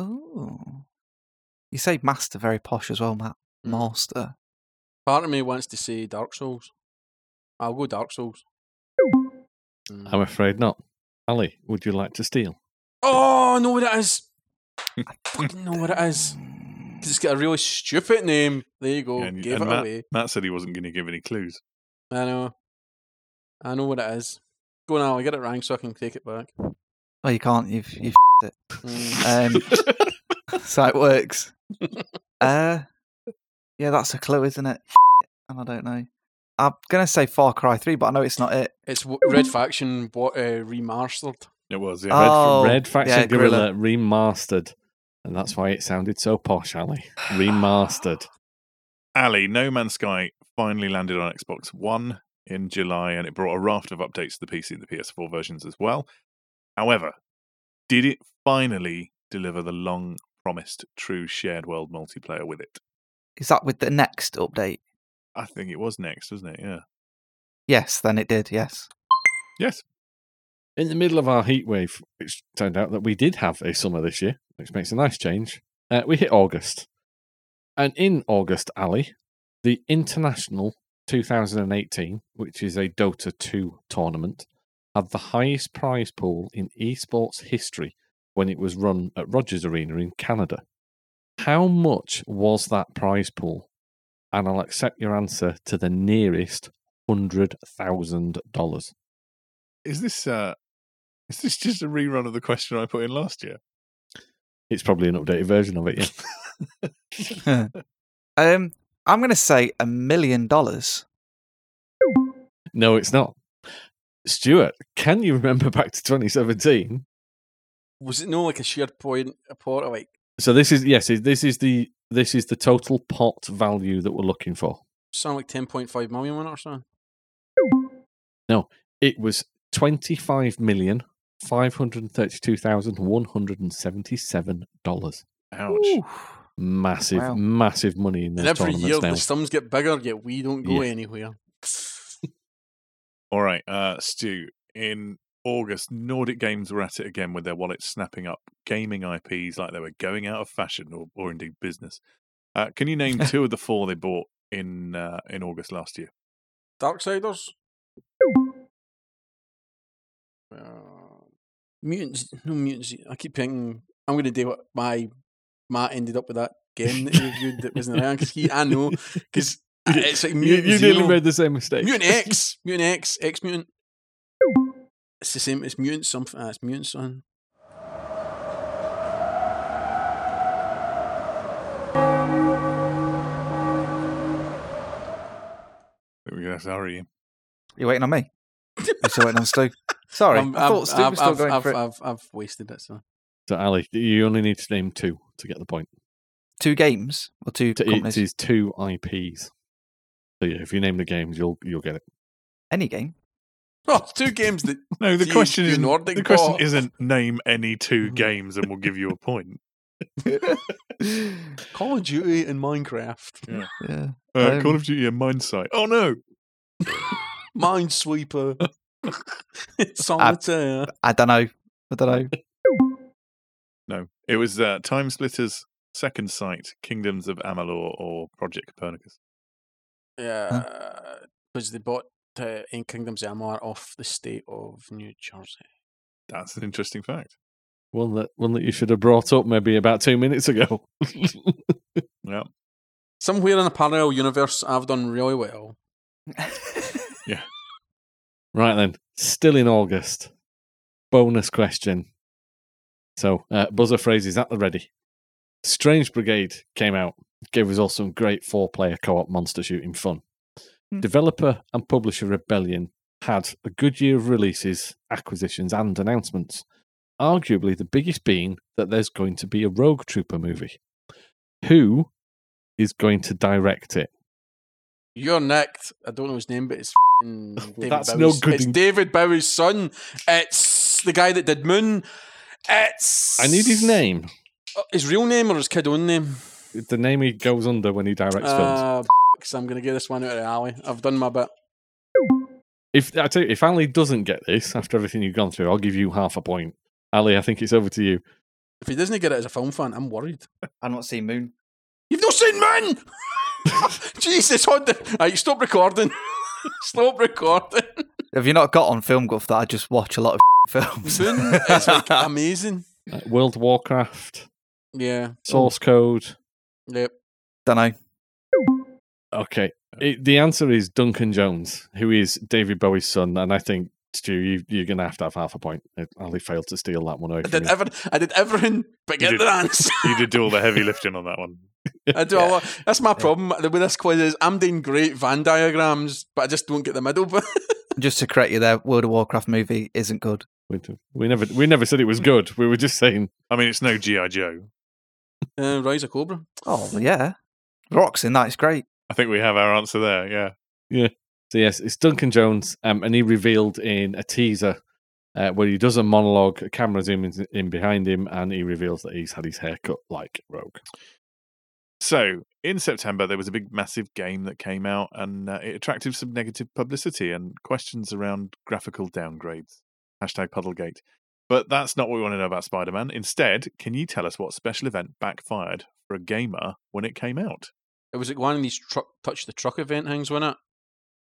S4: Ooh. You say master very posh as well, Matt.
S1: Hmm.
S3: Mm.
S4: Master.
S3: Part of me wants to say Dark Souls. I'll go Dark Souls. Mm.
S2: I'm afraid not. Ali, would you like to steal?
S3: Oh, I know what it is. I fucking er know what it is. Because it's got a really stupid name. There you go.
S1: and
S3: Gave
S1: and
S3: it
S1: Matt,
S3: away.
S1: Matt said he wasn't going to give any clues.
S3: I know. I know what it is. er Go now, I get it wrong so I can take it back.
S4: Oh, you can't. You've, you've
S3: Mm.
S4: um, so it works. Uh, yeah, that's a clue, isn't it? And I don't know. I'm gonna say Far Cry Three, but I know it's not it.
S3: It's w- Red Faction wa- uh, remastered.
S1: It was. Yeah.
S4: Oh.
S2: Red Faction
S4: yeah,
S2: Gorilla
S4: Gorilla.
S2: remastered. And that's why it sounded so posh, Ali. Remastered.
S1: Ali, No Man's Sky finally landed on Xbox One in July, and it brought a raft of updates to the PC and the PS4 versions as well. However, did it finally deliver the long promised true shared world multiplayer with it?
S4: Is that with the next update?
S1: I think it was next, wasn't it? Yeah.
S4: Yes, then it did. Yes.
S1: Yes.
S2: In the middle of our heat wave, which turned out that we did have a summer this year, which makes a nice change, uh, we hit August. And in August, Ali, the International 2018, which is a Dota 2 tournament, had the highest prize pool in esports history when it was run at Rogers Arena in Canada. How much was that prize pool? And I'll accept your answer to the nearest $100,000.
S1: Is this uh is this just a rerun of the question I put in last year?
S2: It's probably an updated version of it, yeah.
S4: um, I'm gonna say a million dollars.
S2: No, it's not. Stuart, can you remember back to 2017?
S3: Was it no like a shared point, a pot of like
S2: So this is yes, this is the this is the total pot value that we're looking for.
S3: something like 10.5 million one or something?
S2: It was twenty five million five hundred thirty two thousand one hundred and seventy seven dollars.
S1: Ouch.
S4: Oof.
S2: Massive,
S4: Wow.
S2: massive money in those
S3: And every
S2: tournaments
S3: year
S2: now.
S3: the sums get bigger, yet we don't go
S2: Yeah.
S3: anywhere.
S1: All right, uh Stu, in August, Nordic Games were at it again with their wallets snapping up gaming IPs like they were going out of fashion or, or indeed business. Uh, can you name two of the four they bought in uh, in August last year?
S3: Darksiders? Uh, mutants? No mutants. I keep thinking I'm going to do what my Matt ended up with that game that he reviewed that wasn't around because he I know because it's like
S2: you,
S3: mutant
S2: you nearly
S3: Zero.
S2: made the same mistake.
S3: mutant X, mutant X, X mutant. It's the same. It's mutant something. Uh, it's mutant something.
S1: We're going to have to hurry you.
S4: You waiting on me? I'm still waiting on Stu. Sorry,
S3: I'm-
S4: i
S3: I've-
S4: thought Stu
S3: I've-
S4: was still
S3: Um, I've-
S4: going
S3: I've, uh
S4: for it.
S3: I've, I've wasted it. So
S2: So Ali, you only need to name two to get the point.
S4: two games or two
S2: To-
S4: companies.
S2: It is two IPs. So yeah, if you name the games, you'll you'll get it.
S4: Any game.
S3: oh, two games that
S1: No, the
S3: You-
S1: question
S3: you
S1: is
S3: Nordic
S1: the question
S3: bot.
S1: isn't name any two games and we'll give you a point.
S3: Call of Duty and Minecraft,
S4: Yeah.
S1: Uh, Call
S4: Um,
S1: of Duty and Mindsight. Oh no,
S3: Minesweeper, Solitaire.
S4: I don't know. I don't know.
S1: No, it was uh, Time Splitter's second site, Kingdoms of Amalur or Project Copernicus.
S3: Yeah, because they bought uh, In Kingdoms of Amalur off the state of New Jersey.
S1: That's an interesting fact.
S2: One that one that you should have brought up maybe about two minutes ago.
S1: Yeah,
S3: Somewhere in a parallel universe, I've done really well.
S2: right then, still in August. Bonus question. So uh, buzzer phrases at the ready. Strange Brigade came out, gave us all some great four-player co-op monster shooting fun.
S4: Hmm.
S2: Developer and publisher Rebellion had a good year of releases, acquisitions, and announcements. Arguably, the biggest being that there's going to be a Rogue Trooper movie. Who is going to direct it?
S3: You're nicked. I don't know his name, but it's fing David
S2: that's no
S3: Bowie's.
S2: good
S3: It's
S2: in-
S3: David Bowie's son. It's the guy that did Moon. It's.
S2: I need his name.
S3: Uh, His real name or his kid own name?
S2: The name he goes under when he directs films.
S3: Uh, because I'm gonna get this one out of the alley. I've done my bit.
S2: If I tell you, if Ali doesn't get this after everything you've gone through, I'll give you half a point. Ali, I think it's over to you.
S3: If he doesn't get it as a film fan, I'm worried.
S4: I've not seen Moon.
S3: You've not seen Moon. Jesus, hold the. Right, stop recording. stop recording.
S4: Have you not got on Film Guff that I just watch a lot of films?
S3: Moon is like amazing.
S2: Uh, World of Warcraft,
S3: Yeah.
S2: Source Code.
S3: Yep.
S4: Don't know.
S2: Okay, It- the answer is Duncan Jones, who is David Bowie's son, and I think Stu, you, you're going to have to have half a point. Uh, Ali failed to steal that one away.
S3: I
S2: From
S3: did
S2: you.
S3: ever. I did everything, but
S1: You
S3: get
S1: did.
S3: the answer.
S1: You did do all the heavy lifting on that one.
S3: I do a lot. That's my problem with this quiz is I'm doing great Venn diagrams, but I just don't get the middle bit.
S4: Just to correct you there, World of Warcraft movie isn't good.
S2: We, d- we never we never said it was good. We were just saying
S1: I mean, it's no GI Joe.
S3: Uh, Rise of Cobra.
S4: Oh well, yeah, rocks in that. It's great.
S1: I think we have our answer there. Yeah,
S2: So yes, it's Duncan Jones, um, and he revealed in a teaser uh, where he does a monologue. A camera zooms in behind him, and he reveals that he's had his hair cut like Rogue.
S1: So in September, there was a big, massive game that came out, and uh, it attracted some negative publicity and questions around graphical downgrades. Hashtag Puddlegate. But that's not what we want to know about Spider Man. Instead, can you tell us what special event backfired for a gamer when it came out?
S3: It was like one of these truck touch the truck event things, wasn't it?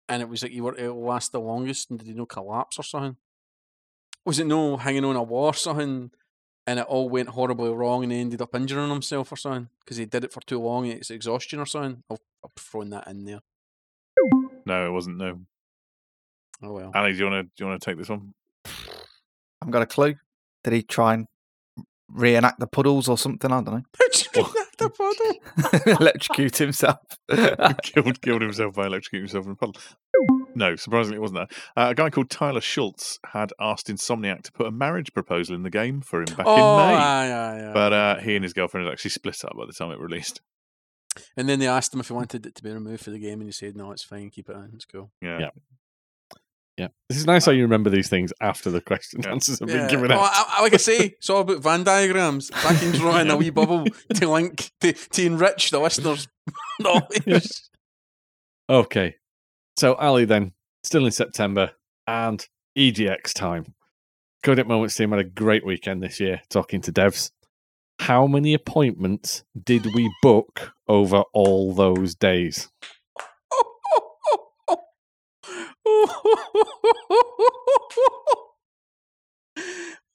S3: And it was like you were to last the longest and did you no collapse or something? Was it no hanging on a wall or something? And it all went horribly wrong and he ended up injuring himself or something because he did it for too long. It's exhaustion or something. I'll, I'll throw that in there.
S1: No, it wasn't. No.
S3: Oh well.
S1: Ali, do you want to do you want to take this one?
S4: I've got a clue. Did he try and reenact the puddles or something? I don't
S3: How'd you react to puddle?
S4: know. Electrocute himself.
S1: killed killed himself by electrocuting himself in a puddle. No, surprisingly, it wasn't that. Uh, a guy called Tyler Schultz had asked Insomniac to put a marriage proposal in the game for him back
S3: Oh,
S1: in May.
S3: aye, aye, aye.
S1: But uh, he and his girlfriend had actually split up by the time it released.
S3: and then they asked him if he wanted it to be removed for the game and he said, no, it's fine, keep it in, it's cool.
S1: Yeah.
S2: Yeah. Yeah, this is nice how you remember these things after the question
S1: Yeah.
S2: answers have been
S3: Yeah.
S2: given
S3: Oh,
S2: out.
S3: I, I- like I say, it's all about Venn diagrams. I can draw in a wee bubble to link to, to enrich the listeners' knowledge.
S2: Okay, so Ali then still in September and EGX time. Codec Moments team had a great weekend this year talking to devs. How many appointments did we book over all those days?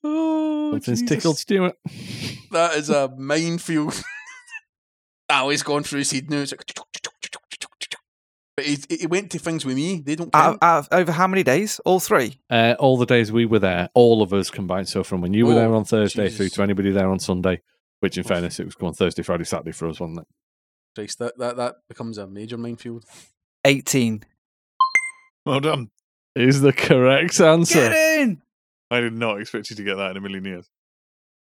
S3: Oh,
S2: Something's
S3: Jesus.
S2: tickled Stuart.
S3: That is a minefield. Ah, he's gone through his head now. It's like, but he, he went to things with me. They don't.
S4: out, of-
S3: Count.
S4: out of- over how many days? All three.
S2: Uh, all the days we were there, all of us combined. So from when you were
S3: Oh,
S2: there on Thursday
S3: Jesus.
S2: through to anybody there on Sunday, which in fairness, it was on Thursday, Friday, Saturday for us, wasn't it?
S3: Christ, that, that that becomes a major minefield.
S4: Eighteen.
S1: Well done.
S2: Is the correct answer.
S4: Get in
S1: I did not expect you to get that in a million years.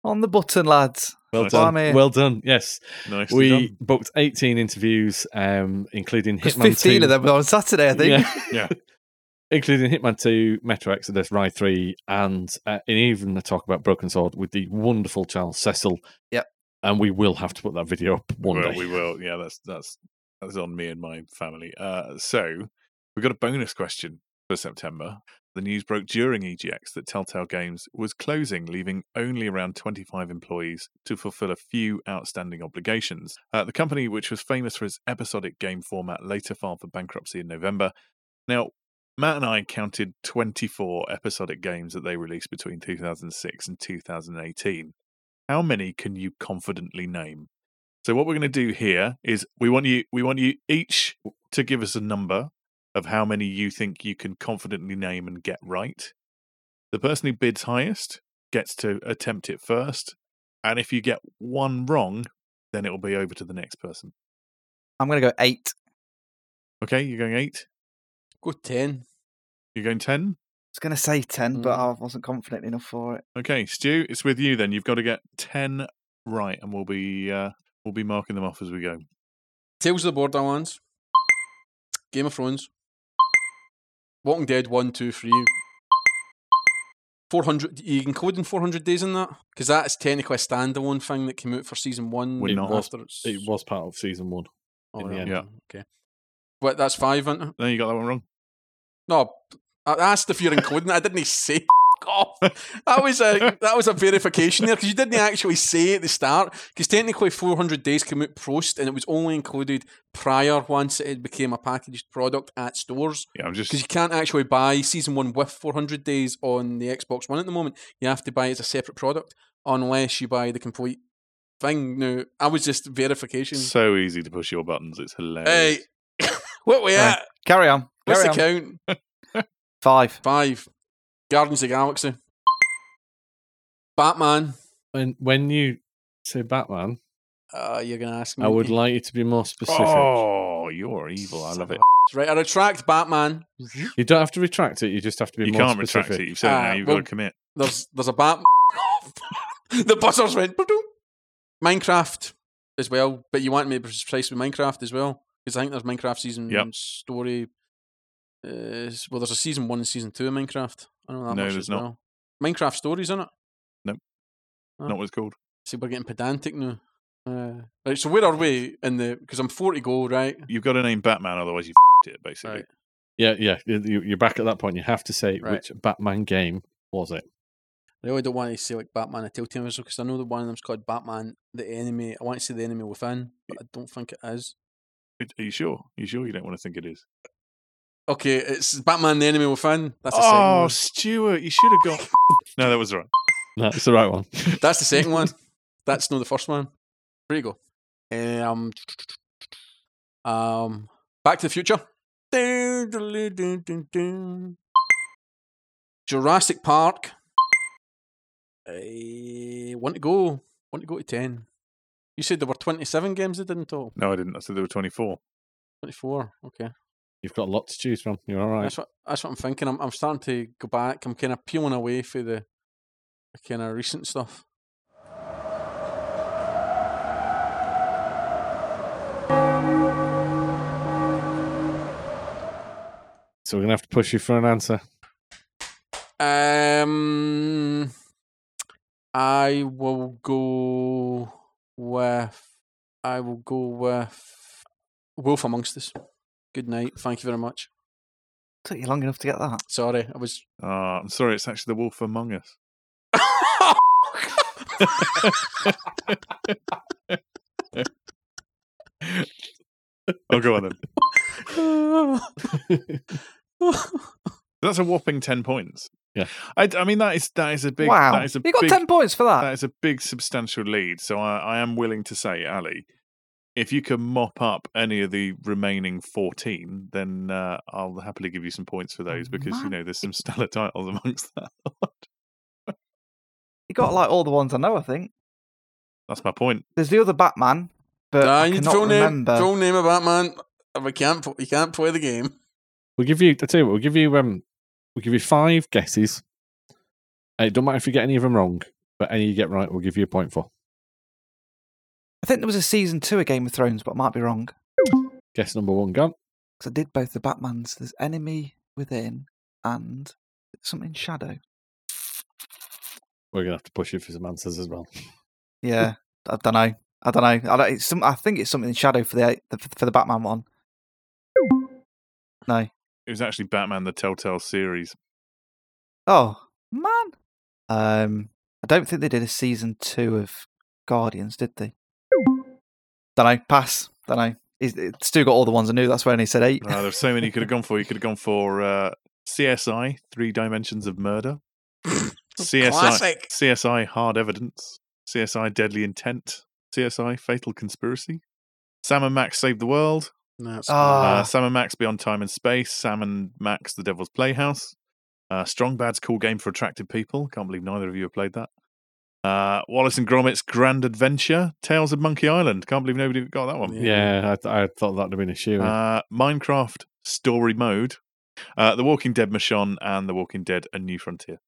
S4: on the button, lads.
S2: Well
S1: Nice.
S2: done.
S4: Blimey.
S2: Well done. Yes.
S1: Nicely
S2: We
S1: done.
S2: booked 18 interviews, um, including
S4: There's
S2: Hitman
S4: fifteen
S2: 2.
S4: of them were on Saturday, I think.
S1: Yeah.
S2: including Hitman 2, Metro Exodus, Ride 3, and, uh, and even the talk about Broken Sword with the wonderful Charles Cecil.
S4: Yep.
S2: And we will have to put that video up one
S1: well,
S2: day.
S1: we will. Yeah, that's that's that's on me and my family. Uh, so we've got a bonus question for September. the news broke during EGX that Telltale Games was closing, leaving only around 25 employees to fulfill a few outstanding obligations. Uh, the company, which was famous for its episodic game format, later filed for bankruptcy in November. Now, Matt and I counted 24 episodic games that they released between 2006 and 2018. How many can you confidently name? So what we're going to do here is we want you we want you each to give us a number of how many you think you can confidently name and get right. The person who bids highest gets to attempt it first, and if you get one wrong, then it will be over to the next person.
S4: I'm going to go eight.
S1: Okay, you're going 8,
S3: Go 10.
S1: you're going 10?
S4: I was going to say 10, but
S3: Mm.
S4: I wasn't confident enough for it.
S1: Okay, Stu, it's with you then. You've got to get ten right, and we'll be uh, we'll be marking them off as we go.
S3: Tales of the Borderlands. Game of Thrones. Walking Dead 1, 2, 3. 400, you including 400 days in that? Because that is technically a standalone thing that came out for season one.
S1: Would not have-
S3: after it's,
S2: It was part of season one. in the
S3: right,
S2: end.
S1: Yeah.
S3: Okay. But that's five, isn't it?
S1: No, you got that one wrong.
S3: No, I asked if you're including it. I didn't say off. That was a that was a verification there because you didn't actually say at the start because technically 400 days came out post and it was only included prior once it became a packaged product at stores
S1: Yeah, I'm just
S3: because you can't actually buy season one with 400 days on the Xbox One at the moment. You have to buy it as a separate product unless you buy the complete thing. Now I was just verification.
S1: so easy to push your buttons. It's hilarious.
S3: hey, what we
S4: Aye.
S3: at?
S4: Carry on.
S3: What's
S4: Carry
S3: the
S4: on.
S3: count?
S4: Five.
S3: Five. Guardians of the Galaxy. Batman.
S2: When when you say Batman,
S3: Uh, you're gonna ask
S4: Mm-hmm.
S3: me.
S2: I would like you to be more specific.
S1: oh, you're evil. I love it.
S3: Right, I retract Batman.
S2: You don't have to retract it. You just have to be
S1: You
S2: more
S1: can't
S2: specific.
S1: retract it. You've said it now.
S3: Uh,
S1: You've
S3: well-
S1: got to commit.
S3: There's there's a bat. the buzzers went. "Ba-doom." Minecraft as well, but you want me to be precise with Minecraft as well because I think there's Minecraft season
S1: Yep.
S3: story. Uh, s- well, there's a season one and season two of Minecraft. I don't know that
S1: No,
S3: much
S1: there's
S3: as
S1: not.
S3: well. Minecraft stories in it.
S2: hmm?
S3: Oh.
S1: Not what it's called.
S3: See, we're getting pedantic now. Uh, right, so where are we in the? Because I'm 40 goal, right?
S1: You've got to name Batman, otherwise you f***ed it basically.
S3: Right.
S2: Yeah, yeah. you- you- You're back at that point. You have to say
S3: Right.
S2: which Batman game was it.
S3: I really don't want to say like Batman a Telltale Whistle because I know that one of them's called Batman the Enemy. I want to say the Enemy Within, but I don't think it is.
S1: It- Are you sure? you sure you don't want to think it is?
S3: Okay, it's Batman the Enemy Within. That's the
S1: oh,
S3: second
S1: Stuart, you should have got. no, that was right.
S2: That's the right one.
S3: one. That's the second one. That's not the first one. There you go. Um, um, Back to the Future. Jurassic Park. I want to go. Want to go to ten. You said there were twenty-seven games they didn't talk.
S1: No, I didn't. I said there were 24.
S3: Twenty-four. Okay.
S2: You've got a lot to choose from. You're all right.
S3: That's what that's what I'm thinking. I'm I'm starting to go back. I'm kind of peeling away for the, the kind of recent stuff.
S2: So we're gonna have to push you for an answer.
S3: Um, I will go with I will go with Wolf Amongst Us. Good night. Thank you very much.
S4: Took you long enough to get that.
S3: Sorry, I was.
S1: Ah, I'm sorry. It's actually The Wolf Among Us. Oh, go on then.
S4: Uh,
S1: That's a whopping ten points.
S2: Yeah.
S1: I, I mean that is that is a big
S4: wow.
S1: that is a
S4: you got
S1: big,
S4: 10 points for that.
S1: that is a big substantial lead. So I, I am willing to say, Ali, if you can mop up any of the remaining fourteen, then uh, I'll happily give you some points for those because you
S4: Man.
S1: know there's some stellar titles amongst that. lot.
S4: you got like all the ones I know, I think.
S1: That's my point.
S4: There's the other
S1: Uh,
S4: Batman, but
S3: Nah,
S4: I
S3: you need the
S4: cannot
S3: full name.
S4: remember.
S3: Full name of Batman. We can't. pl- You can't play the game.
S2: We'll give you. I tell you what. We'll give you. Um, we'll give you five guesses. Uh, It don't matter if you get any of them wrong, but any you get right, we'll give you a point for.
S4: I think there was a season two of Game of Thrones, but I might be wrong.
S2: Guess number one gone.
S4: Because I did both the Batmans. There's Enemy Within and something Shadow.
S2: We're gonna have to push you for some answers as well.
S4: Yeah, I don't know. I don't know. I, don't, it's some, I think it's something in Shadow for the, the for the Batman one. No,
S1: It was actually Batman the Telltale series.
S4: Oh man, um, I don't think they did a season two of Guardians, did they? Don't know. Pass. Don't know. He's, Stu got all the ones I knew. That's why I only said eight.
S1: Ah, there's so many you could have gone for. You could have gone for uh, CSI, Three Dimensions of Murder, CSI,
S3: Classic.
S1: CSI Hard Evidence, CSI Deadly Intent, CSI Fatal Conspiracy, Sam and Max Save the World,
S3: No, it's-
S1: uh,
S4: Ah,
S1: Sam and Max Beyond Time and Space, Sam and Max The Devil's Playhouse, uh, Strong Bad's Cool Game for Attractive People. Can't believe neither of you have played that. Uh, Wallace and Gromit's Grand Adventure, Tales of Monkey Island. Can't believe nobody got that one.
S2: Yeah, I, th- I thought that'd have been a shoe.
S1: Uh, Minecraft Story Mode, uh, The Walking Dead Michonne, and The Walking Dead A New Frontier.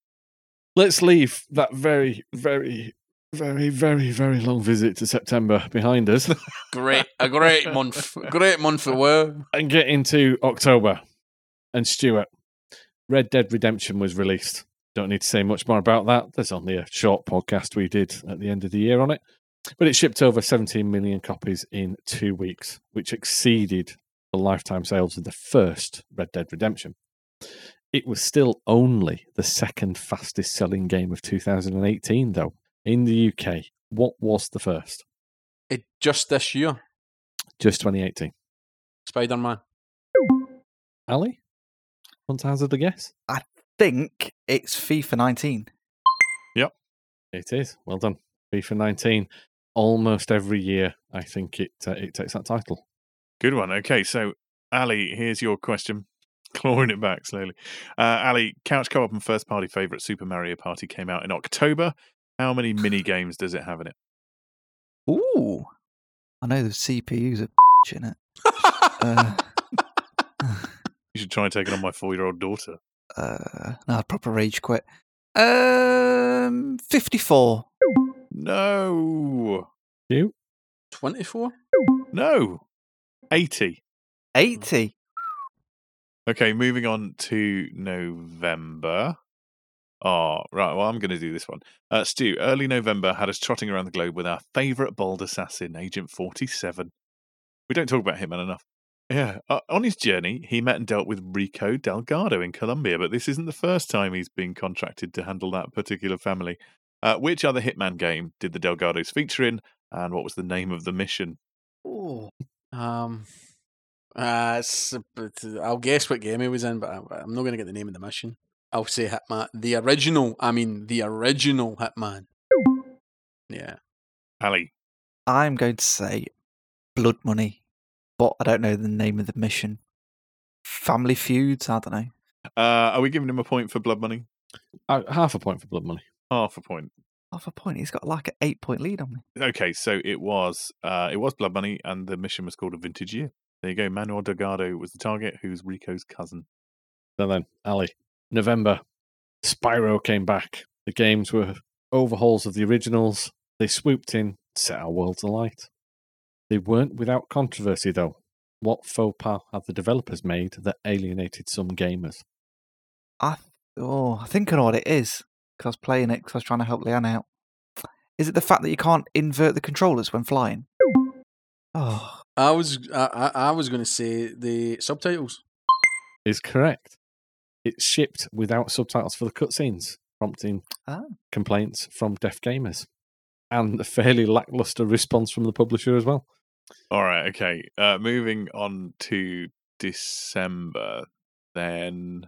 S2: Let's leave that very, very, very, very, very long visit to September behind us
S3: Great, a great month, great month for WoW.
S2: and get into October. And Stuart, Red Dead Redemption was released. Don't need to say much more about that. There's only a short podcast we did at the end of the year on it. But it shipped over 17 million copies in two weeks, which exceeded the lifetime sales of the first Red Dead Redemption. It was still only the second fastest selling game of 2018, though, in the UK. What was the first?
S3: It just this year,
S2: Just 2018.
S3: Spider Man.
S2: Ali? Want to hazard a guess?
S4: think it's FIFA 19.
S2: It is. Well done. FIFA 19. Almost every year, I think it uh, it takes that title.
S1: Good one. Okay, so Ali, here's your question. Clawing it back slowly. Uh, Ali, couch co-op and first party favorite Super Mario Party came out in October. How many mini games does it have in it?
S4: Ooh, I know the CPUs are in it. Uh,
S1: You should try and take it on my four-year-old daughter.
S4: uh, no, I'd proper rage quit. Um, 54.
S1: No,
S2: You?
S3: Twenty four.
S1: no, eighty.
S4: 80.
S1: Okay, moving on to November. Oh, right. Well, I'm going to do this one. Uh, Stu, early November had us trotting around the globe with our favourite bold assassin, Agent 47. We don't talk about him enough. Yeah. Uh, on his journey, he met and dealt with Rico Delgado in Colombia, but this isn't the first time he's been contracted to handle that particular family. Uh, which other Hitman game did the Delgados feature in, and what was the name of the mission?
S4: Ooh.
S3: Um, uh, it's, but I'll guess what game he was in, but I, I'm not going to get the name of the mission. I'll say Hitman, the original. I mean, the original Hitman. Yeah,
S1: Ali.
S4: I'm going to say Blood Money, but I don't know the name of the mission. Family Feuds, I don't know.
S1: Uh, are we giving him a point for blood money?
S2: Uh, half a point for blood money.
S1: Half a point.
S4: Half a point. He's got like an eight point lead on me.
S1: okay, so it was uh, it was Blood Money, and the mission was called a Vintage Year. There you go. Manuel Delgado was the target, who's Rico's cousin.
S2: Now then, Ali, November, Spyro came back. The games were overhauls of the originals. They swooped in, set our worlds alight. They weren't without controversy, though. What faux pas had the developers made that alienated some gamers?
S4: I oh, I think I know what it is because I was playing it because I was trying to help Leanne out. Is it the fact that you can't invert the controllers when flying? Oh,
S3: I was I, I, I was going to say the subtitles.
S2: Is correct. It shipped without subtitles for the cutscenes, prompting
S4: Ah.
S2: complaints from deaf gamers and a fairly lackluster response from the publisher as well.
S1: All right, okay. Uh, moving on to December, then.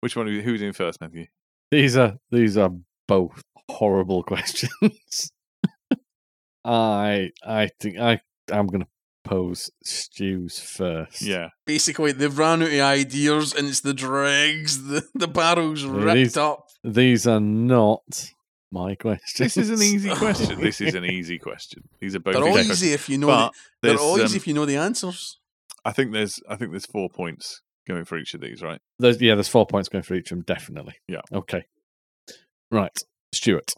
S1: Which one? Who's in first, Matthew?
S2: These are these are both horrible questions. I I think I I'm gonna pose stews first.
S1: Yeah.
S3: Basically, they've ran out of ideas, and it's the dregs. The, the barrel's
S2: It
S3: ripped
S2: is.
S3: up.
S2: These are not my questions.
S1: This is an easy question. this is an easy question. These are both
S3: They're all
S1: easy questions.
S3: easy if you know.
S1: But
S3: the, they're
S1: there's,
S3: all easy
S1: um,
S3: if you know the answers.
S1: I think there's I think there's four points going for each of these, right?
S2: There's, yeah, there's four points going for each of them, definitely.
S1: Yeah.
S2: Okay. Right, Stuart.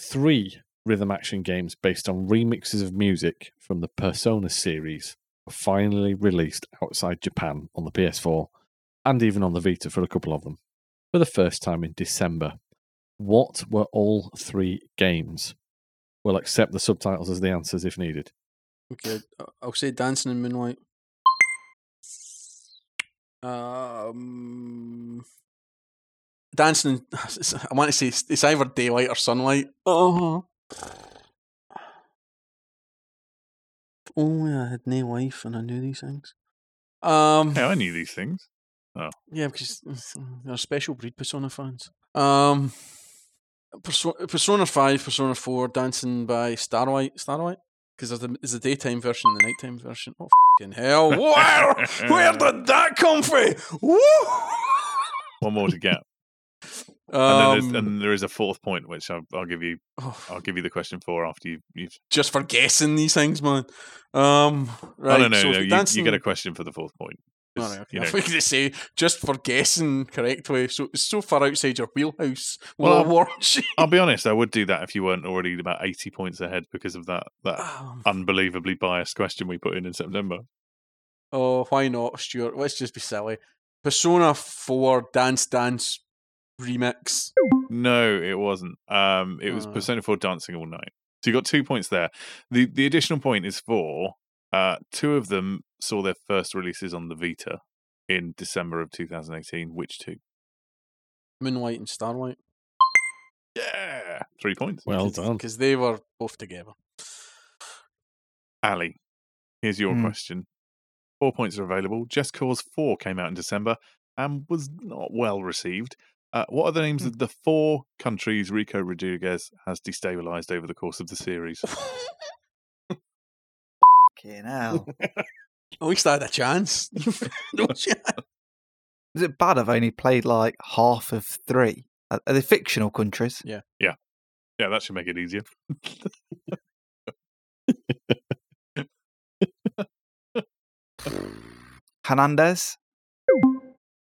S2: Three rhythm action games based on remixes of music from the Persona series were finally released outside Japan on the PS4 and even on the Vita for a couple of them for the first time in December. What were all three games? We'll accept the subtitles as the answers if needed.
S3: Okay, I- I'll say dancing in moonlight. Um, dancing. In, I want to say it's either daylight or sunlight. Oh. If only I had no life and I knew these things. Um,
S1: Yeah, I knew these things.
S3: yeah, because mm, they're special breed Persona fans. Um, Perso- Persona Five, Persona Four, Dancing by Starlight, Starlight, because there's the, there's the daytime version, and the nighttime version. Oh fucking hell! Where where did that come from? Woo!
S1: One more to get, and, then
S3: Um,
S1: there's, and there is a fourth point which I'll, I'll give you.
S3: oh,
S1: I'll give you the question for after you. You've,
S3: just for guessing these things, man. Um, right,
S1: oh no, no,
S3: so if
S1: no.
S3: you're
S1: You, you
S3: dancing-
S1: get a question for the fourth point.
S3: All
S1: 'Cause,
S3: right, okay.
S1: you
S3: I
S1: know,
S3: thought you were gonna say just for guessing correctly. So it's so far outside your wheelhouse.
S1: Well,
S3: Well,
S1: I'm- I'll be honest. I would do that if you weren't already about eighty points ahead because of that that unbelievably biased question we put in in September.
S3: Oh, why not, Stuart? Let's just be silly. Persona 4 Dance Dance Remix.
S1: No, it wasn't. Um, it was
S3: Oh.
S1: Persona 4 Dancing All Night. So you got two points there. The the additional point is four. Uh, two of them saw their first releases on the Vita in December of 2018. Which two?
S3: Moonlight and Starlight.
S1: Yeah, three points.
S2: Well done.
S3: Because they were both together.
S1: Ali, here's your
S4: Hmm.
S1: question. Four points are available. Just Cause 4 came out in December and was not well received. Uh, what are the names of the four countries Rico Rodriguez has destabilized over the course of the series?
S4: Fucking hell.
S3: At least I had a chance. Don't you?
S4: Is it bad I've only played like half of three? Are are they fictional countries?
S1: Yeah, that should make it easier.
S4: Hernandez?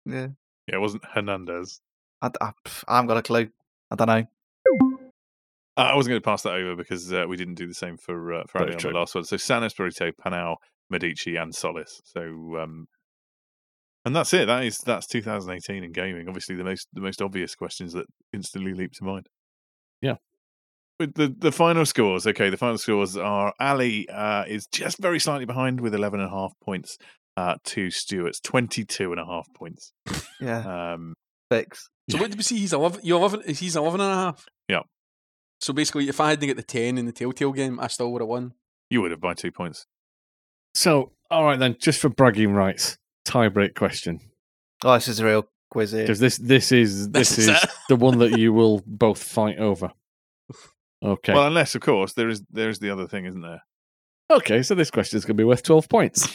S4: Yeah.
S1: Yeah, it wasn't Hernandez.
S4: I, d- I- pff, I haven't got a clue. I don't know.
S1: Uh, I wasn't going to pass that over because uh, we didn't do the same for uh, for
S2: Very
S1: Ali on the
S2: true.
S1: last one. So San Espirito, Panau, Medici, and Solis. So um, and that's it. That is that's 2018 in gaming. Obviously, the most the most obvious questions that instantly leap to mind.
S2: Yeah.
S1: With the the final scores, okay, the final scores are Ali uh, is just very slightly behind with 11 and a half points uh, to Stewart's 22 and a half points.
S4: Yeah.
S1: Um,
S4: Six.
S3: So what did we see? He's 11, you're 11, he's 11 and a half?
S1: Yeah.
S3: So basically, if I hadn't got the 10 in the Telltale game, I still would have won.
S1: you would have by two points.
S2: So, all right then, just for bragging rights, tie break question
S4: Oh, this is a real quiz here.
S2: because this this is this, is uh,
S3: it.
S2: the one that you will both fight over. Okay.
S1: Well, unless of course there is there is the other thing, isn't there?
S2: okay. So this question is going to be worth twelve points.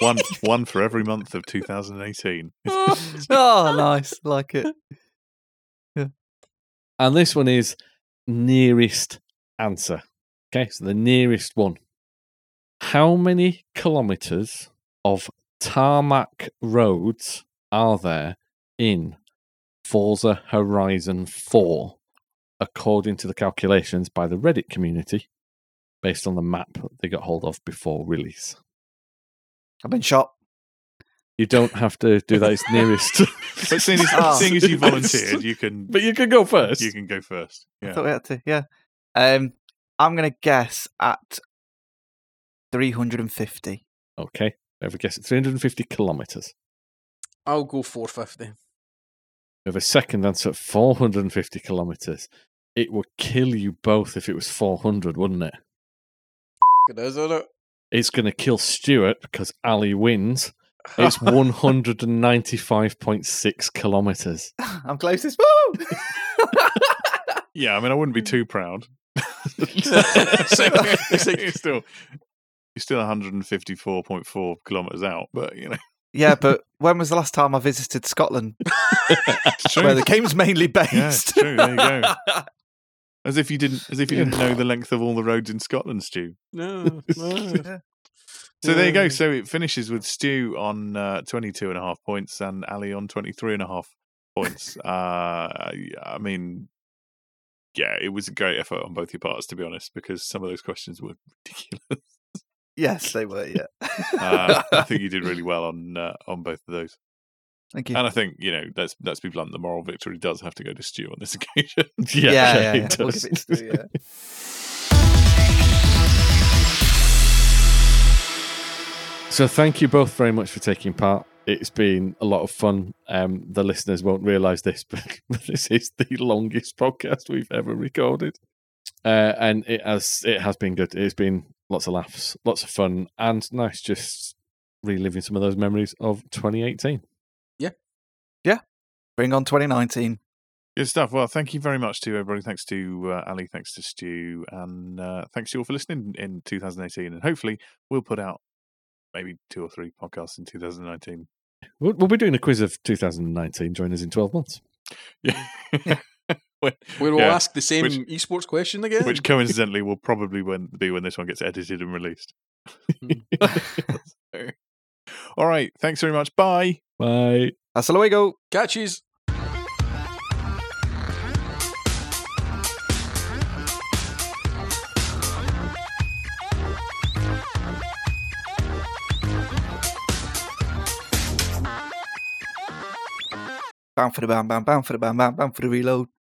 S1: one one for every month of 2018.
S4: oh, nice. Like it.
S2: And this one is nearest answer. Okay, so the nearest one. How many kilometers of tarmac roads are there in Forza Horizon 4, according to the calculations by the Reddit community, based on the map that they got hold of before release?
S4: I've been shot.
S2: You don't have to do that, it's nearest.
S1: But seeing as,
S4: Ah.
S1: seeing as you volunteered, you can
S2: but you can go first.
S1: you can go first.
S4: I
S1: Yeah.
S4: thought we had to. Yeah. Um, I'm going to guess at 350.
S2: Okay, ever guess it? 350 kilometers.
S3: I'll go 450.
S2: We have a second answer at 450 kilometers. It would kill you both if it was 400, wouldn't it?
S3: It is, isn't it?
S2: It's going to kill Stuart because Ali wins. It's 195.6 kilometers.
S4: I'm closest. Woo!
S1: Yeah, I mean I wouldn't be too proud.
S3: It's like-
S1: you're still you're still 154.4 kilometers out, but you know.
S4: yeah, but when was the last time I visited Scotland,
S1: It's
S4: where
S1: true.
S4: the game's mainly based?
S1: Yeah, it's true. There you go. As if you didn't as if you didn't know the length of all the roads in Scotland, Stu.
S3: No. no.
S1: So there you go.
S3: Yeah.
S1: So it finishes with Stu on uh, 22 and a half points and Ali on 23 and a half points. uh, I I mean, yeah, it was a great effort on both your parts, to be honest, because some of those questions were ridiculous.
S4: Yes, they were. Yeah.
S1: Uh, I think you did really well on uh, on both of those.
S4: Thank you.
S1: And I think, you know, let's let's be blunt, the moral victory does have to go to Stu on this occasion.
S2: Yeah,
S4: yeah, yeah,
S2: it
S4: yeah. We'll
S2: does.
S4: give it to you, yeah.
S2: So thank you both very much for taking part. It's been a lot of fun. Um, the listeners won't realise this, but this is the longest podcast we've ever recorded, uh, and it has it has been good. It's been lots of laughs, lots of fun, and nice just reliving some of those memories of 2018.
S4: Bring on 2019.
S1: Good stuff. Well, thank you very much to everybody. Thanks to uh, Ali. Thanks to Stu. And uh, thanks to you all for listening in 2018. And hopefully, we'll put out maybe two or three podcasts in 2019.
S2: We'll, we'll be doing a quiz of 2019. Join us in 12 months.
S1: Yeah.
S3: We will
S1: Yeah.
S3: ask the same
S1: Which-
S3: esports question again.
S1: Which coincidentally will probably when, be when this one gets edited and released. So- all right. Thanks very much. Bye.
S2: Bye.
S4: Hasta luego.
S3: Catches.
S4: Bam for the bam, bam, bam for the bam, bam, bam for the reload.